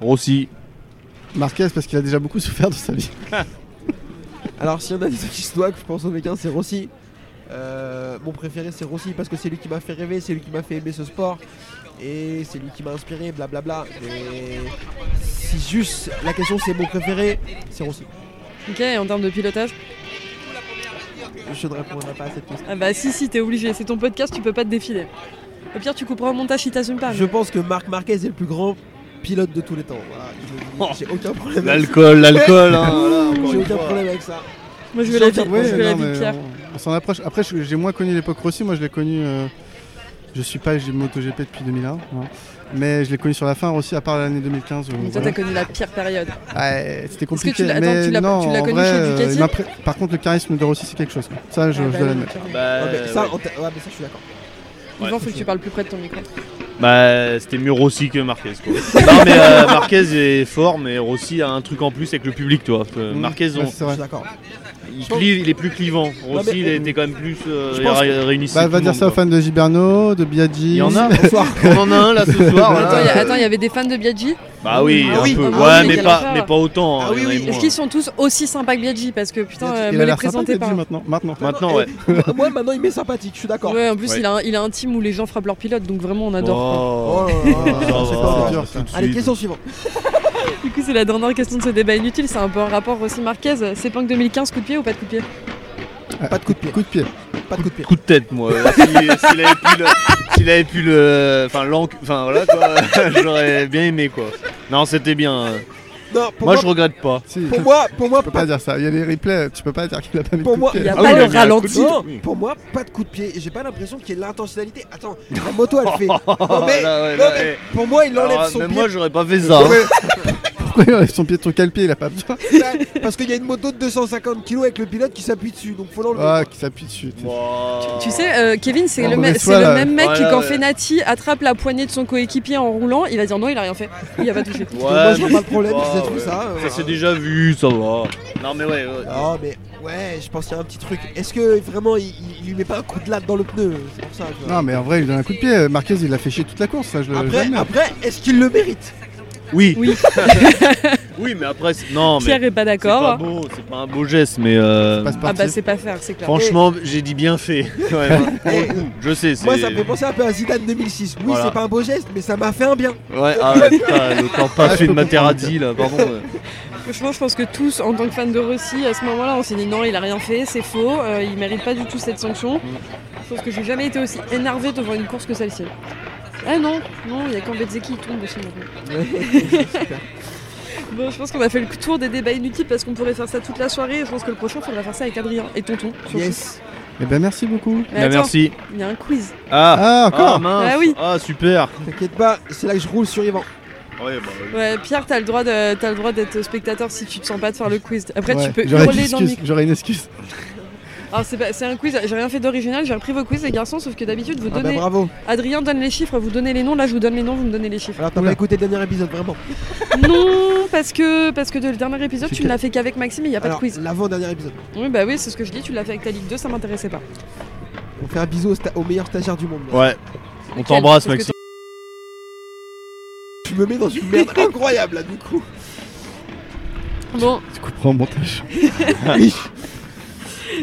[SPEAKER 5] Rossi.
[SPEAKER 6] Marquez parce qu'il a déjà beaucoup souffert dans sa vie.
[SPEAKER 3] Alors s'il y en a des deux qui se doivent, je pense au mec, hein, c'est Rossi. Euh, mon préféré c'est Rossi parce que c'est lui qui m'a fait rêver, c'est lui qui m'a fait aimer ce sport et c'est lui qui m'a inspiré, blablabla. Mais si juste la question c'est mon préféré, c'est Rossi.
[SPEAKER 2] Ok, et en termes de pilotage
[SPEAKER 3] Je ne répondrai pas à cette question.
[SPEAKER 2] Ah bah si si t'es obligé, c'est ton podcast, tu peux pas te défiler. Au pire tu couperas au montage si t'assumes pas.
[SPEAKER 3] Je pense que Marc Marquez est le plus grand pilote de tous les temps. Voilà, je- j'ai aucun problème. avec ça.
[SPEAKER 5] L'alcool, l'alcool, hein, voilà, encore
[SPEAKER 3] J'ai
[SPEAKER 5] une
[SPEAKER 3] aucun
[SPEAKER 5] fois.
[SPEAKER 3] problème avec ça.
[SPEAKER 2] Moi, je
[SPEAKER 6] veux
[SPEAKER 2] veux la vie, je veux la vie de Pierre.
[SPEAKER 6] On, on s'en approche. Après, je- j'ai moins connu l'époque Rossi. Moi, je l'ai connu. euh, je suis pas MotoGP depuis 2001. hein. Mais je l'ai connu sur la fin Rossi, à part l'année 2015. où,
[SPEAKER 2] Mais toi,
[SPEAKER 6] euh, voilà.
[SPEAKER 2] t'as connu la pire période.
[SPEAKER 6] Ouais, c'était
[SPEAKER 2] que tu
[SPEAKER 6] compliqué.
[SPEAKER 2] l'as- attends,
[SPEAKER 6] mais
[SPEAKER 2] tu l'as-
[SPEAKER 6] non,
[SPEAKER 2] tu l'as
[SPEAKER 6] en
[SPEAKER 2] connu
[SPEAKER 6] vrai,
[SPEAKER 2] chez
[SPEAKER 6] euh,
[SPEAKER 2] Ducati
[SPEAKER 6] il m'a pré- Par contre, le charisme de Rossi, c'est quelque chose. quoi. Ça, je,
[SPEAKER 2] Ah, bah,
[SPEAKER 6] je dois
[SPEAKER 2] non,
[SPEAKER 6] l'admettre.
[SPEAKER 2] clairement.
[SPEAKER 5] Bah,
[SPEAKER 3] Euh, Ouais, mais ça,
[SPEAKER 5] ouais.
[SPEAKER 3] on t'a- ouais, mais ça, je suis d'accord.
[SPEAKER 5] Ouais.
[SPEAKER 2] Yvan, faut que tu parles plus près de ton micro.
[SPEAKER 5] Bah, c'était mieux Rossi que Marquez. Quoi. (laughs) non, mais euh, Marquez est fort, mais Rossi a un truc en plus avec le public, tu vois. Euh,
[SPEAKER 6] Mmh,
[SPEAKER 5] Marquez, on-
[SPEAKER 6] ouais, c'est
[SPEAKER 3] Je
[SPEAKER 6] vrai.
[SPEAKER 3] suis d'accord.
[SPEAKER 5] il,
[SPEAKER 3] je pense-
[SPEAKER 5] clive, il est plus clivant. Rossi,
[SPEAKER 3] mais-
[SPEAKER 5] il était quand même plus euh,
[SPEAKER 3] Je pense
[SPEAKER 5] ré- réunissant.
[SPEAKER 6] Bah,
[SPEAKER 5] tout
[SPEAKER 6] va
[SPEAKER 5] le
[SPEAKER 6] dire
[SPEAKER 5] monde,
[SPEAKER 6] ça aux
[SPEAKER 5] quoi.
[SPEAKER 6] fans de Giberno, de Biaggi.
[SPEAKER 5] Il y
[SPEAKER 6] (laughs)
[SPEAKER 2] Euh,
[SPEAKER 5] en a.
[SPEAKER 3] Bonsoir. (laughs)
[SPEAKER 5] on en a un là ce soir.
[SPEAKER 2] Attends, il y
[SPEAKER 5] voilà.
[SPEAKER 2] a- Attends, il y avait des fans de Biaggi.
[SPEAKER 5] Bah oui,
[SPEAKER 3] Ah
[SPEAKER 5] un
[SPEAKER 3] oui,
[SPEAKER 5] peu.
[SPEAKER 3] ah oui,
[SPEAKER 2] mais
[SPEAKER 5] ouais,
[SPEAKER 2] il y
[SPEAKER 5] mais,
[SPEAKER 2] a
[SPEAKER 5] pas,
[SPEAKER 2] l'affaire.
[SPEAKER 5] mais pas autant. hein,
[SPEAKER 3] Ah
[SPEAKER 5] il y en
[SPEAKER 3] oui,
[SPEAKER 5] a
[SPEAKER 3] oui.
[SPEAKER 5] eu
[SPEAKER 2] Est-ce
[SPEAKER 5] moins.
[SPEAKER 2] qu'ils sont tous aussi sympas que Biaggi Parce que putain,
[SPEAKER 3] Il
[SPEAKER 2] euh,
[SPEAKER 6] Il
[SPEAKER 2] me
[SPEAKER 6] a
[SPEAKER 2] les
[SPEAKER 6] l'air sympa,
[SPEAKER 2] présentez
[SPEAKER 6] Biaggi,
[SPEAKER 2] pas.
[SPEAKER 6] maintenant. maintenant.
[SPEAKER 5] Maintenant, ouais.
[SPEAKER 3] Moi- Moi, maintenant, il m'est sympathique, je suis d'accord.
[SPEAKER 2] Ouais, en plus,
[SPEAKER 5] Ouais.
[SPEAKER 2] il, a un, il a un team où les gens frappent leur pilote, donc vraiment, on adore. quoi.
[SPEAKER 5] Oh.
[SPEAKER 3] là là là,
[SPEAKER 5] Ça va,
[SPEAKER 3] c'est pas
[SPEAKER 5] c'est
[SPEAKER 3] dur.
[SPEAKER 5] tout de suite.
[SPEAKER 3] Allez, question suivante.
[SPEAKER 2] Du coup, c'est la dernière question de ce débat inutile. C'est un peu un rapport Rossi Marquez. C'est 2015, coup de pied ou pas de coup de pied
[SPEAKER 3] Pas de coup de pied.
[SPEAKER 6] Coup de pied.
[SPEAKER 3] Pas de coup de pied.
[SPEAKER 5] Coup de tête, moi. S'il s'il avait pu le. S'il avait pu le. Enfin, l'enc- Enfin, voilà quoi. (laughs) J'aurais bien aimé quoi. Non, c'était bien. euh.
[SPEAKER 3] Non, pour
[SPEAKER 5] Moi,
[SPEAKER 3] moi,
[SPEAKER 5] je regrette pas.
[SPEAKER 6] Si,
[SPEAKER 3] pour moi, pour moi,
[SPEAKER 6] tu peux
[SPEAKER 3] pas-
[SPEAKER 6] pas dire ça. Il y a les replays. Tu peux pas dire qu'il a pas mis de
[SPEAKER 3] Pour
[SPEAKER 6] coup
[SPEAKER 3] moi,
[SPEAKER 6] de
[SPEAKER 2] Il n'y
[SPEAKER 6] pied.
[SPEAKER 2] a pas
[SPEAKER 5] Ah oui, il
[SPEAKER 2] le
[SPEAKER 5] a mis un coup de
[SPEAKER 2] ralenti.
[SPEAKER 5] pied.
[SPEAKER 3] Non,
[SPEAKER 5] Oui.
[SPEAKER 3] pour moi, pas de coup de pied. Et J'ai pas l'impression qu'il y ait l'intentionnalité. Attends, la moto,
[SPEAKER 5] (laughs)
[SPEAKER 3] elle fait. Non, mais,
[SPEAKER 5] Ah, là, ouais,
[SPEAKER 3] non,
[SPEAKER 5] là,
[SPEAKER 3] mais
[SPEAKER 5] ouais.
[SPEAKER 3] pour moi, il enlève
[SPEAKER 5] Alors,
[SPEAKER 3] son
[SPEAKER 5] même
[SPEAKER 3] pied.
[SPEAKER 5] moi, j'aurais pas fait ça. hein.
[SPEAKER 6] Pourquoi il enlève son pied de ton calpier Il a
[SPEAKER 2] (laughs)
[SPEAKER 6] pas besoin.
[SPEAKER 3] Ouais, parce qu'il y a une moto de 250 kg avec le pilote qui s'appuie dessus. Donc, faut l'enlever.
[SPEAKER 6] Ah, qui s'appuie dessus.
[SPEAKER 5] Wow.
[SPEAKER 2] Tu sais, euh, Kevin, c'est
[SPEAKER 6] Oh,
[SPEAKER 2] le,
[SPEAKER 6] mais
[SPEAKER 2] me-
[SPEAKER 6] toi,
[SPEAKER 2] c'est le
[SPEAKER 6] là.
[SPEAKER 2] même mec
[SPEAKER 5] Ouais,
[SPEAKER 2] qui, quand
[SPEAKER 5] ouais.
[SPEAKER 2] Fenati attrape la poignée de son coéquipier en roulant, il va dire non, il a rien fait. Il a pas touché.
[SPEAKER 5] Ouais,
[SPEAKER 3] Donc, moi, je vois
[SPEAKER 5] mais
[SPEAKER 3] pas le problème.
[SPEAKER 5] c'est
[SPEAKER 3] j'ai
[SPEAKER 5] pas,
[SPEAKER 3] trouvé
[SPEAKER 5] ouais.
[SPEAKER 3] ça. Ah. euh,
[SPEAKER 5] Ça s'est déjà vu, ça va. Non, mais ouais. ouais.
[SPEAKER 3] Non, mais ouais, je pense qu'il y a un petit truc. Est-ce que vraiment il, il- il lui met pas un coup de latte dans le pneu C'est pour ça. tu vois.
[SPEAKER 6] Non, mais en vrai, il lui donne un coup de pied. Marquez, il l'a fait chier toute la course. Ça, je le
[SPEAKER 3] après,
[SPEAKER 6] j'admets.
[SPEAKER 3] après est-ce qu'il le mérite
[SPEAKER 5] Oui.
[SPEAKER 3] (laughs)
[SPEAKER 2] Oui.
[SPEAKER 5] (laughs) Oui, mais après, c'est- non, mais.
[SPEAKER 2] Pierre est pas
[SPEAKER 5] C'est pas
[SPEAKER 2] d'accord.
[SPEAKER 5] beau, c'est pas un beau geste, mais. euh,
[SPEAKER 6] Passe
[SPEAKER 2] Ah bah
[SPEAKER 6] parti.
[SPEAKER 2] c'est pas faire, c'est clair.
[SPEAKER 5] Franchement, j'ai dit bien fait. (laughs) Ouais, ouais.
[SPEAKER 3] Eh,
[SPEAKER 5] Je sais, c'est.
[SPEAKER 3] Moi, ça me fait penser un peu à Zidane 2006. Oui,
[SPEAKER 5] Voilà.
[SPEAKER 3] c'est pas un beau geste, mais ça m'a fait un bien.
[SPEAKER 5] Ouais, ah (laughs) ouais, putain, le temps
[SPEAKER 6] Ah,
[SPEAKER 5] pas
[SPEAKER 6] je
[SPEAKER 5] fait de
[SPEAKER 6] peux
[SPEAKER 5] Materazzi là, pardon. ouais.
[SPEAKER 2] Franchement, je pense que tous, en tant que fans de Rossi, à ce moment-là, on s'est dit non, il a rien fait, c'est faux, euh, il mérite pas du tout cette sanction. Je pense que j'ai jamais été aussi énervé devant une course que celle-ci. Ah non, non, il y a quand Bezzeki qui tombe aussi maintenant.
[SPEAKER 6] (laughs)
[SPEAKER 2] Bon, je pense qu'on a fait le tour des débats inutiles parce qu'on pourrait faire ça toute la soirée. Je pense que le prochain, faudra faire ça avec Adrien et Tonton. surtout.
[SPEAKER 3] yes.
[SPEAKER 6] Eh ben, merci beaucoup.
[SPEAKER 2] Mais
[SPEAKER 5] Bah,
[SPEAKER 2] attends,
[SPEAKER 5] merci.
[SPEAKER 2] Il y a un quiz.
[SPEAKER 5] Ah,
[SPEAKER 6] Ah,
[SPEAKER 5] ah
[SPEAKER 6] encore
[SPEAKER 5] mince.
[SPEAKER 2] Ah oui.
[SPEAKER 5] Ah, super.
[SPEAKER 3] T'inquiète pas, c'est là que je roule sur Yvan.
[SPEAKER 5] Ouais, bah, ouais.
[SPEAKER 2] Ouais, Pierre, t'as le droit de, t'as le droit d'être spectateur si tu te sens pas de faire le quiz. Après,
[SPEAKER 6] Ouais,
[SPEAKER 2] tu peux
[SPEAKER 6] J'aurais une
[SPEAKER 2] hurler dans le
[SPEAKER 6] excuse.
[SPEAKER 2] micro.
[SPEAKER 6] J'aurais une excuse.
[SPEAKER 2] Alors, c'est, pas- c'est un quiz, j'ai rien fait d'original, j'ai repris vos quiz, les garçons, sauf que d'habitude, vous
[SPEAKER 3] Ah bah
[SPEAKER 2] donnez.
[SPEAKER 3] bravo.
[SPEAKER 2] Adrien donne les chiffres, vous donnez les noms, là, je vous donne les noms, vous me donnez les (laughs) chiffres.
[SPEAKER 3] Alors t'as
[SPEAKER 6] Oula.
[SPEAKER 3] pas écouté le dernier épisode vraiment.
[SPEAKER 2] non, parce que, parce que de- le dernier épisode,
[SPEAKER 6] C'est
[SPEAKER 2] tu
[SPEAKER 6] que-
[SPEAKER 2] ne l'as fait qu'avec Maxime et il n'y a pas
[SPEAKER 3] Alors
[SPEAKER 2] de quiz.
[SPEAKER 3] l'avant dernier épisode.
[SPEAKER 2] Oui, bah oui, c'est ce que je dis, tu l'as fait avec ta Ligue 2, ça m'intéressait pas.
[SPEAKER 3] On fait un bisou au, sta- au meilleur stagiaire du monde. là.
[SPEAKER 5] Ouais. On
[SPEAKER 2] Parce
[SPEAKER 5] t'embrasse,
[SPEAKER 2] que
[SPEAKER 5] Maxime.
[SPEAKER 3] Tu me mets dans une
[SPEAKER 2] (laughs)
[SPEAKER 3] merde incroyable là du coup.
[SPEAKER 2] Bon,
[SPEAKER 6] Tu couperas au montage.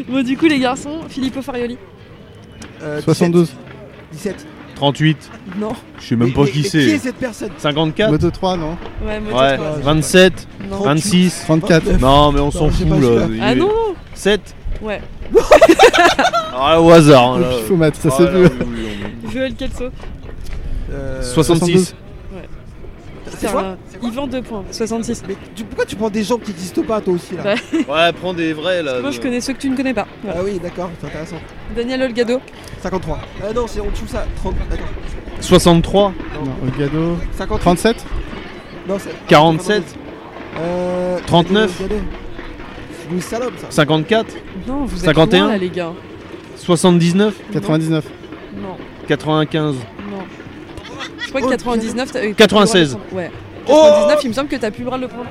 [SPEAKER 2] bon, du coup, les garçons, Filippo Farioli. Ah,
[SPEAKER 3] Euh,
[SPEAKER 6] 72.
[SPEAKER 3] 17. 17.
[SPEAKER 5] 38.
[SPEAKER 2] Non.
[SPEAKER 5] Je sais même
[SPEAKER 3] Mais-
[SPEAKER 5] pas
[SPEAKER 3] mais-
[SPEAKER 5] qui
[SPEAKER 3] mais Qui est
[SPEAKER 5] c'est.
[SPEAKER 3] cette personne
[SPEAKER 5] 54
[SPEAKER 6] Moto 3, non
[SPEAKER 2] Ouais, moi,
[SPEAKER 5] Ouais.
[SPEAKER 2] t'as trois.
[SPEAKER 5] 27
[SPEAKER 2] Non.
[SPEAKER 5] 26
[SPEAKER 6] 34.
[SPEAKER 3] 29.
[SPEAKER 5] Non, mais on s'en
[SPEAKER 3] Non, je sais
[SPEAKER 5] fout
[SPEAKER 3] pas, je sais
[SPEAKER 5] là.
[SPEAKER 3] pas.
[SPEAKER 5] Il
[SPEAKER 2] Ah
[SPEAKER 5] est-
[SPEAKER 2] non,
[SPEAKER 5] 7
[SPEAKER 2] Ouais.
[SPEAKER 5] (laughs) Ah, au hasard. hein, là.
[SPEAKER 6] Le pif au mat, ça
[SPEAKER 5] Ah,
[SPEAKER 6] c'est
[SPEAKER 5] là,
[SPEAKER 6] vu.
[SPEAKER 5] oui, oui, oui,
[SPEAKER 2] Joël Kelso.
[SPEAKER 3] Euh,
[SPEAKER 5] oui. 66.
[SPEAKER 2] C'est
[SPEAKER 3] quoi
[SPEAKER 2] un... Yvan 2 points, 66.
[SPEAKER 3] Mais tu- pourquoi tu prends des gens qui existent pas toi aussi là
[SPEAKER 2] Bah.
[SPEAKER 5] Ouais, prends des vrais là.
[SPEAKER 2] Moi je connais ceux que tu ne connais pas. Voilà.
[SPEAKER 3] Ah oui d'accord, c'est intéressant.
[SPEAKER 2] Daniel Olgado.
[SPEAKER 3] 53. Ah non, c'est on trouve ça. 30. Attends.
[SPEAKER 5] 63
[SPEAKER 6] Non, Olgado.
[SPEAKER 3] 50.
[SPEAKER 6] 37
[SPEAKER 3] Non, c'est.
[SPEAKER 5] 47
[SPEAKER 3] Euh,
[SPEAKER 5] 39.
[SPEAKER 3] regardez. C'est une salope ça.
[SPEAKER 5] 54
[SPEAKER 2] Non, vous êtes
[SPEAKER 5] 51.
[SPEAKER 2] loin, là, les gars.
[SPEAKER 5] 79
[SPEAKER 6] 99.
[SPEAKER 2] Non,
[SPEAKER 5] 95
[SPEAKER 2] non. Je crois que
[SPEAKER 3] Oh,
[SPEAKER 2] 99. t'as- euh,
[SPEAKER 5] 96.
[SPEAKER 2] t'as plus le droit de le prendre. Ouais. 99, il me semble que t'as plus le droit de le prendre.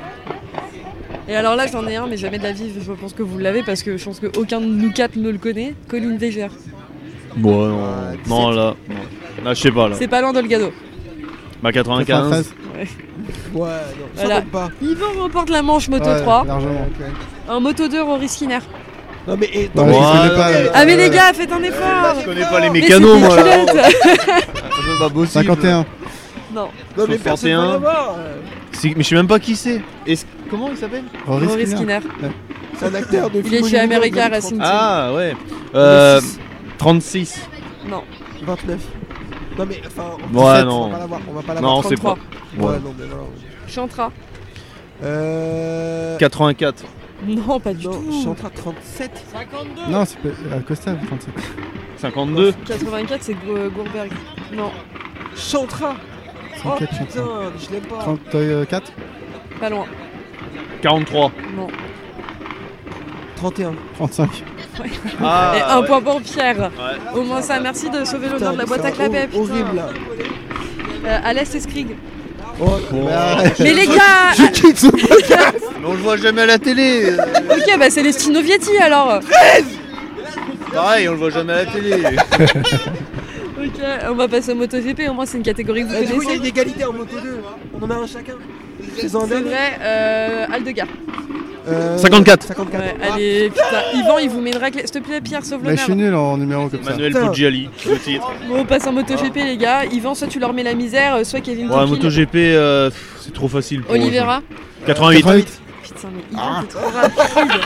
[SPEAKER 2] Et alors là, j'en ai un, mais jamais de la vie. Je pense que vous l'avez parce que je pense qu'aucun de nous quatre ne le connaît. Colin Deger.
[SPEAKER 5] Bon, non,
[SPEAKER 3] Euh,
[SPEAKER 5] non là. non. Là, je sais pas là.
[SPEAKER 2] C'est pas loin d'Olgado.
[SPEAKER 5] Bah, 95.
[SPEAKER 6] 93.
[SPEAKER 3] Ouais, non,
[SPEAKER 2] Voilà.
[SPEAKER 3] ça compte pas.
[SPEAKER 2] Yvan remporte la manche Moto
[SPEAKER 6] Ouais,
[SPEAKER 2] 3.
[SPEAKER 6] Largement.
[SPEAKER 2] Un Moto 2 Rory Skinner.
[SPEAKER 3] Non mais et,
[SPEAKER 6] Non,
[SPEAKER 3] mais-
[SPEAKER 6] je
[SPEAKER 5] Ouais,
[SPEAKER 6] connais
[SPEAKER 5] non,
[SPEAKER 6] pas,
[SPEAKER 5] mais-
[SPEAKER 6] euh,
[SPEAKER 2] Ah, mais les
[SPEAKER 6] euh,
[SPEAKER 2] gars, faites un effort!
[SPEAKER 5] Je connais pas les
[SPEAKER 2] Mais
[SPEAKER 5] mécanos,
[SPEAKER 2] c'est
[SPEAKER 5] moi.
[SPEAKER 2] des
[SPEAKER 5] là.
[SPEAKER 2] culottes.
[SPEAKER 5] C'est pas possible.
[SPEAKER 6] 51.
[SPEAKER 2] Non,
[SPEAKER 3] non, mais personne
[SPEAKER 5] 61.
[SPEAKER 3] va l'avoir. Euh,
[SPEAKER 5] C'est- Mais je sais même pas qui c'est. Est-ce- Comment il s'appelle
[SPEAKER 6] Rory
[SPEAKER 2] Rory
[SPEAKER 6] Skinner.
[SPEAKER 2] Skinner.
[SPEAKER 3] C'est un acteur de
[SPEAKER 2] Il est chez America Racing Team.
[SPEAKER 5] Ah ouais. Euh,
[SPEAKER 3] 26,
[SPEAKER 5] 36.
[SPEAKER 2] Non,
[SPEAKER 3] 29. Non mais enfin, en
[SPEAKER 5] Ouais,
[SPEAKER 3] 17,
[SPEAKER 5] non.
[SPEAKER 3] on va pas l'avoir, on va pas
[SPEAKER 5] Non,
[SPEAKER 3] l'avoir.
[SPEAKER 5] on sait pas.
[SPEAKER 3] Ouais,
[SPEAKER 5] Ouais.
[SPEAKER 3] non mais voilà.
[SPEAKER 2] Chantra.
[SPEAKER 3] Euh...
[SPEAKER 5] 84.
[SPEAKER 2] Non, pas du
[SPEAKER 3] Non,
[SPEAKER 2] tout.
[SPEAKER 3] je suis en train de 37.
[SPEAKER 6] Non, c'est pas- à Costa, 37.
[SPEAKER 5] 52
[SPEAKER 2] 84, c'est Go- Goldberg. Non,
[SPEAKER 3] Chantra Oh
[SPEAKER 6] 34, je suis en train.
[SPEAKER 3] putain, je l'aime pas.
[SPEAKER 6] 34
[SPEAKER 2] pas loin.
[SPEAKER 5] 43
[SPEAKER 2] Non.
[SPEAKER 3] 31.
[SPEAKER 6] 35.
[SPEAKER 5] Ah,
[SPEAKER 2] Et un
[SPEAKER 5] ouais.
[SPEAKER 2] point pour Pierre.
[SPEAKER 5] Ouais.
[SPEAKER 2] Au moins ça, merci de sauver l'honneur
[SPEAKER 3] Putain,
[SPEAKER 2] de la boîte
[SPEAKER 3] c'est
[SPEAKER 2] à clapet. putain.
[SPEAKER 3] Horrible là.
[SPEAKER 2] Euh, Alès et Skrig.
[SPEAKER 3] Oh,
[SPEAKER 5] Bon.
[SPEAKER 3] bah,
[SPEAKER 2] Mais les gars
[SPEAKER 3] (laughs) je quitte ce
[SPEAKER 5] Mais on le voit jamais à la télé euh,
[SPEAKER 2] Ok, bah c'est les Stinovietti alors.
[SPEAKER 5] Pareil, on le voit jamais à la télé (laughs)
[SPEAKER 2] Ok, on va passer au MotoGP. Au moins c'est une catégorie que vous
[SPEAKER 3] Eh, Du coup, il y a
[SPEAKER 2] connaissez.
[SPEAKER 3] une égalité en moto 2. On en a un chacun. C'est Euh,
[SPEAKER 2] C'est vrai, euh, Aldegar.
[SPEAKER 6] Euh,
[SPEAKER 5] 54.
[SPEAKER 3] 54.
[SPEAKER 2] Ouais,
[SPEAKER 3] Ah,
[SPEAKER 2] allez, putain, Yvan, il vous met une raclée. S'il te plaît, Pierre, sauve
[SPEAKER 3] Bah,
[SPEAKER 6] Mais je
[SPEAKER 2] l'honneur.
[SPEAKER 6] suis nul en numéro comme ça.
[SPEAKER 5] Manuel
[SPEAKER 3] Putain.
[SPEAKER 5] Pugiali, le titre.
[SPEAKER 2] Bon, on passe en MotoGP, les gars. Yvan, soit tu leur mets la misère, euh, soit Kevin
[SPEAKER 5] Ouais,
[SPEAKER 2] Topil.
[SPEAKER 5] MotoGP, euh, pff, c'est trop facile pour eux.
[SPEAKER 2] Oliveira.
[SPEAKER 5] 88.
[SPEAKER 6] 88.
[SPEAKER 2] Putain, mais Yvan, t'es trop rapide.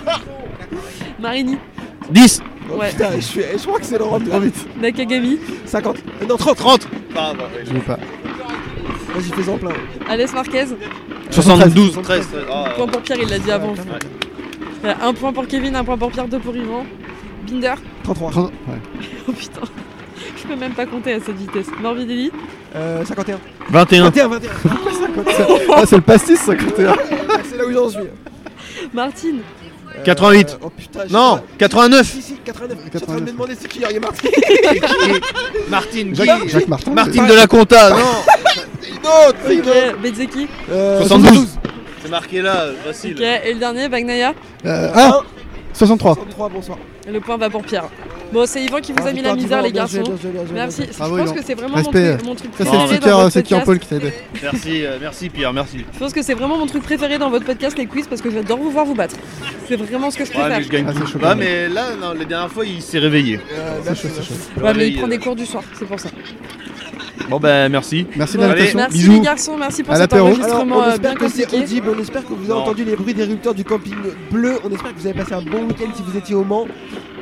[SPEAKER 2] Marini,
[SPEAKER 5] 10
[SPEAKER 3] oh,
[SPEAKER 2] ouais.
[SPEAKER 3] Putain, je, suis, je crois que c'est Laurent
[SPEAKER 6] Trop vite.
[SPEAKER 2] Nakagami,
[SPEAKER 3] 50. Euh, Non, 30.
[SPEAKER 5] 30 Ah, bah, ouais.
[SPEAKER 6] Je veux pas.
[SPEAKER 3] Vas-y, fais-en plein.
[SPEAKER 2] Alès Marquez.
[SPEAKER 5] 72 13 ah,
[SPEAKER 2] Point pour Pierre, il l'a dit avant.
[SPEAKER 3] Ouais.
[SPEAKER 2] Euh, Un point pour Kevin, un point pour Pierre, deux pour Yvan. Binder,
[SPEAKER 3] 33.
[SPEAKER 6] 30 ouais.
[SPEAKER 2] oh putain, (laughs) je peux même pas compter à cette vitesse. Morbidelli,
[SPEAKER 3] Euh, 51.
[SPEAKER 5] 21
[SPEAKER 3] 21, 21.
[SPEAKER 6] (laughs) Ah, c'est le pastis, 51.
[SPEAKER 3] C'est là où j'en suis.
[SPEAKER 2] Martine,
[SPEAKER 3] Euh,
[SPEAKER 5] 88.
[SPEAKER 3] oh putain, je
[SPEAKER 5] Non,
[SPEAKER 3] sais pas.
[SPEAKER 5] 89
[SPEAKER 3] Si, si, 89. Je suis en train de
[SPEAKER 6] 89.
[SPEAKER 3] me demander c'est qui Aurier Martin. (laughs)
[SPEAKER 5] Martine,
[SPEAKER 6] Jacques, Ah. Jacques Martin.
[SPEAKER 5] Martine de la Conta, non
[SPEAKER 3] Non, c'est une autre.
[SPEAKER 2] ok, Bezzeki,
[SPEAKER 3] Euh,
[SPEAKER 5] 72. C'est marqué là, facile.
[SPEAKER 2] ok, et le dernier, Bagnaia.
[SPEAKER 6] Euh, ah 63.
[SPEAKER 3] 63, bonsoir. Ah,
[SPEAKER 2] Le point va pour Pierre. Bon, c'est Yvan qui vous a mis la misère, les garçons. Merci. Je
[SPEAKER 6] Bravo,
[SPEAKER 2] pense
[SPEAKER 6] Yvan.
[SPEAKER 2] que c'est vraiment
[SPEAKER 6] Ah Respect.
[SPEAKER 2] mon truc, mon truc
[SPEAKER 6] Ça, c'est
[SPEAKER 5] Non, mais-
[SPEAKER 6] le
[SPEAKER 2] préféré.
[SPEAKER 6] sticker,
[SPEAKER 2] dans
[SPEAKER 6] euh,
[SPEAKER 2] votre
[SPEAKER 6] c'est qui en
[SPEAKER 2] podcast.
[SPEAKER 6] Paul qui t'a aidé.
[SPEAKER 5] Merci, euh, merci Pierre, merci.
[SPEAKER 2] Je pense que c'est vraiment mon truc préféré dans votre podcast, les quiz, parce que j'adore vous voir vous battre. C'est vraiment ce que je
[SPEAKER 5] Ouais,
[SPEAKER 2] préfère.
[SPEAKER 5] mais je gagne
[SPEAKER 6] Ah, c'est
[SPEAKER 5] tout.
[SPEAKER 6] chaud, quand
[SPEAKER 5] Ouais,
[SPEAKER 6] même.
[SPEAKER 5] mais là, non, les dernières fois, il s'est réveillé.
[SPEAKER 3] Euh,
[SPEAKER 6] C'est chaud, c'est chaud.
[SPEAKER 5] Le
[SPEAKER 2] Ouais, mais il
[SPEAKER 5] réveil,
[SPEAKER 2] prend
[SPEAKER 5] euh,
[SPEAKER 2] des cours du soir, c'est pour ça.
[SPEAKER 5] Bon, bah, merci.
[SPEAKER 6] Merci de
[SPEAKER 2] Bon,
[SPEAKER 5] allez,
[SPEAKER 6] l'invitation.
[SPEAKER 2] merci les
[SPEAKER 6] Bisous.
[SPEAKER 2] garçons, merci pour
[SPEAKER 6] À
[SPEAKER 2] cet
[SPEAKER 6] l'apéro.
[SPEAKER 3] Alors,
[SPEAKER 2] enregistrement
[SPEAKER 3] on
[SPEAKER 2] euh, bien
[SPEAKER 3] espère que c'est
[SPEAKER 2] compliqué.
[SPEAKER 3] audible, on espère que vous avez
[SPEAKER 5] Non.
[SPEAKER 3] entendu les bruits des rupteurs du camping bleu, on espère que vous avez passé un bon week-end si vous étiez au Mans.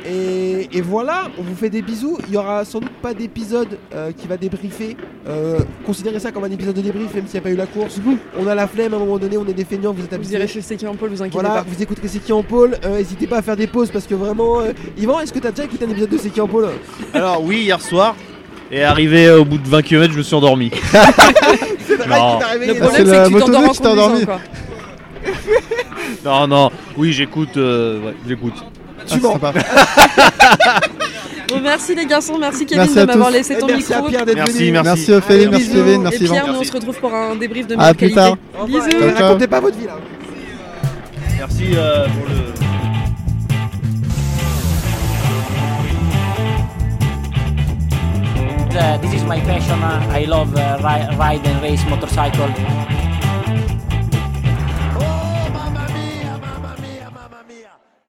[SPEAKER 3] Et, et voilà, on vous fait des bisous. Il y aura sans doute pas d'épisode euh, qui va débriefer. Euh, considérez ça comme un épisode de débrief, même s'il n'y a pas eu la course. On a la flemme à un moment donné, on est des feignants, vous êtes
[SPEAKER 2] Vous
[SPEAKER 3] abusés.
[SPEAKER 2] irez chez Seki en Paul, vous inquiétez
[SPEAKER 3] Voilà,
[SPEAKER 2] pas.
[SPEAKER 6] Ah,
[SPEAKER 3] vous écouterez C'est qui en pôle. Euh, N'hésitez pas à faire des pauses parce que vraiment. euh, Yvan, est-ce que t'as déjà écouté un épisode de C'est qui en pôle
[SPEAKER 5] Alors, oui, hier soir, et arrivé euh, au bout de 20 km, je me
[SPEAKER 2] (laughs)
[SPEAKER 5] suis endormi.
[SPEAKER 3] C'est Drake
[SPEAKER 5] Non.
[SPEAKER 3] qui t'a réveillé.
[SPEAKER 2] Le
[SPEAKER 6] C'est
[SPEAKER 2] problème,
[SPEAKER 6] la
[SPEAKER 2] c'est que tu
[SPEAKER 6] moto
[SPEAKER 2] t'endors en
[SPEAKER 6] qui t'a
[SPEAKER 2] conduisant,
[SPEAKER 6] endormi.
[SPEAKER 2] quoi.
[SPEAKER 5] Non, non, oui, j'écoute, euh, ouais, j'écoute.
[SPEAKER 6] Ah,
[SPEAKER 3] Tu
[SPEAKER 6] c'est
[SPEAKER 3] mens.
[SPEAKER 6] sympa.
[SPEAKER 2] Bon, merci les garçons, merci Kevin
[SPEAKER 6] Merci
[SPEAKER 2] de
[SPEAKER 6] à
[SPEAKER 2] m'avoir
[SPEAKER 6] tous.
[SPEAKER 2] laissé
[SPEAKER 3] Et
[SPEAKER 2] ton
[SPEAKER 3] Eh, Merci à
[SPEAKER 2] micro.
[SPEAKER 3] Pierre d'être
[SPEAKER 5] Merci,
[SPEAKER 3] venu.
[SPEAKER 5] merci.
[SPEAKER 6] Merci Ophélie,
[SPEAKER 3] Allez,
[SPEAKER 6] merci
[SPEAKER 3] bisous.
[SPEAKER 6] Kevin, merci
[SPEAKER 2] Et Pierre,
[SPEAKER 6] Yvan.
[SPEAKER 2] nous on
[SPEAKER 5] Merci.
[SPEAKER 2] se retrouve pour un débrief de
[SPEAKER 6] À
[SPEAKER 2] meilleure
[SPEAKER 6] plus
[SPEAKER 2] qualité.
[SPEAKER 6] tard.
[SPEAKER 3] Au revoir.
[SPEAKER 2] Bisous.
[SPEAKER 6] Ciao, ciao.
[SPEAKER 3] Racontez pas votre vie là.
[SPEAKER 5] Merci euh, pour le.
[SPEAKER 1] Uh, this is my passion. Uh, I love uh, ri- ride and race motorcycle.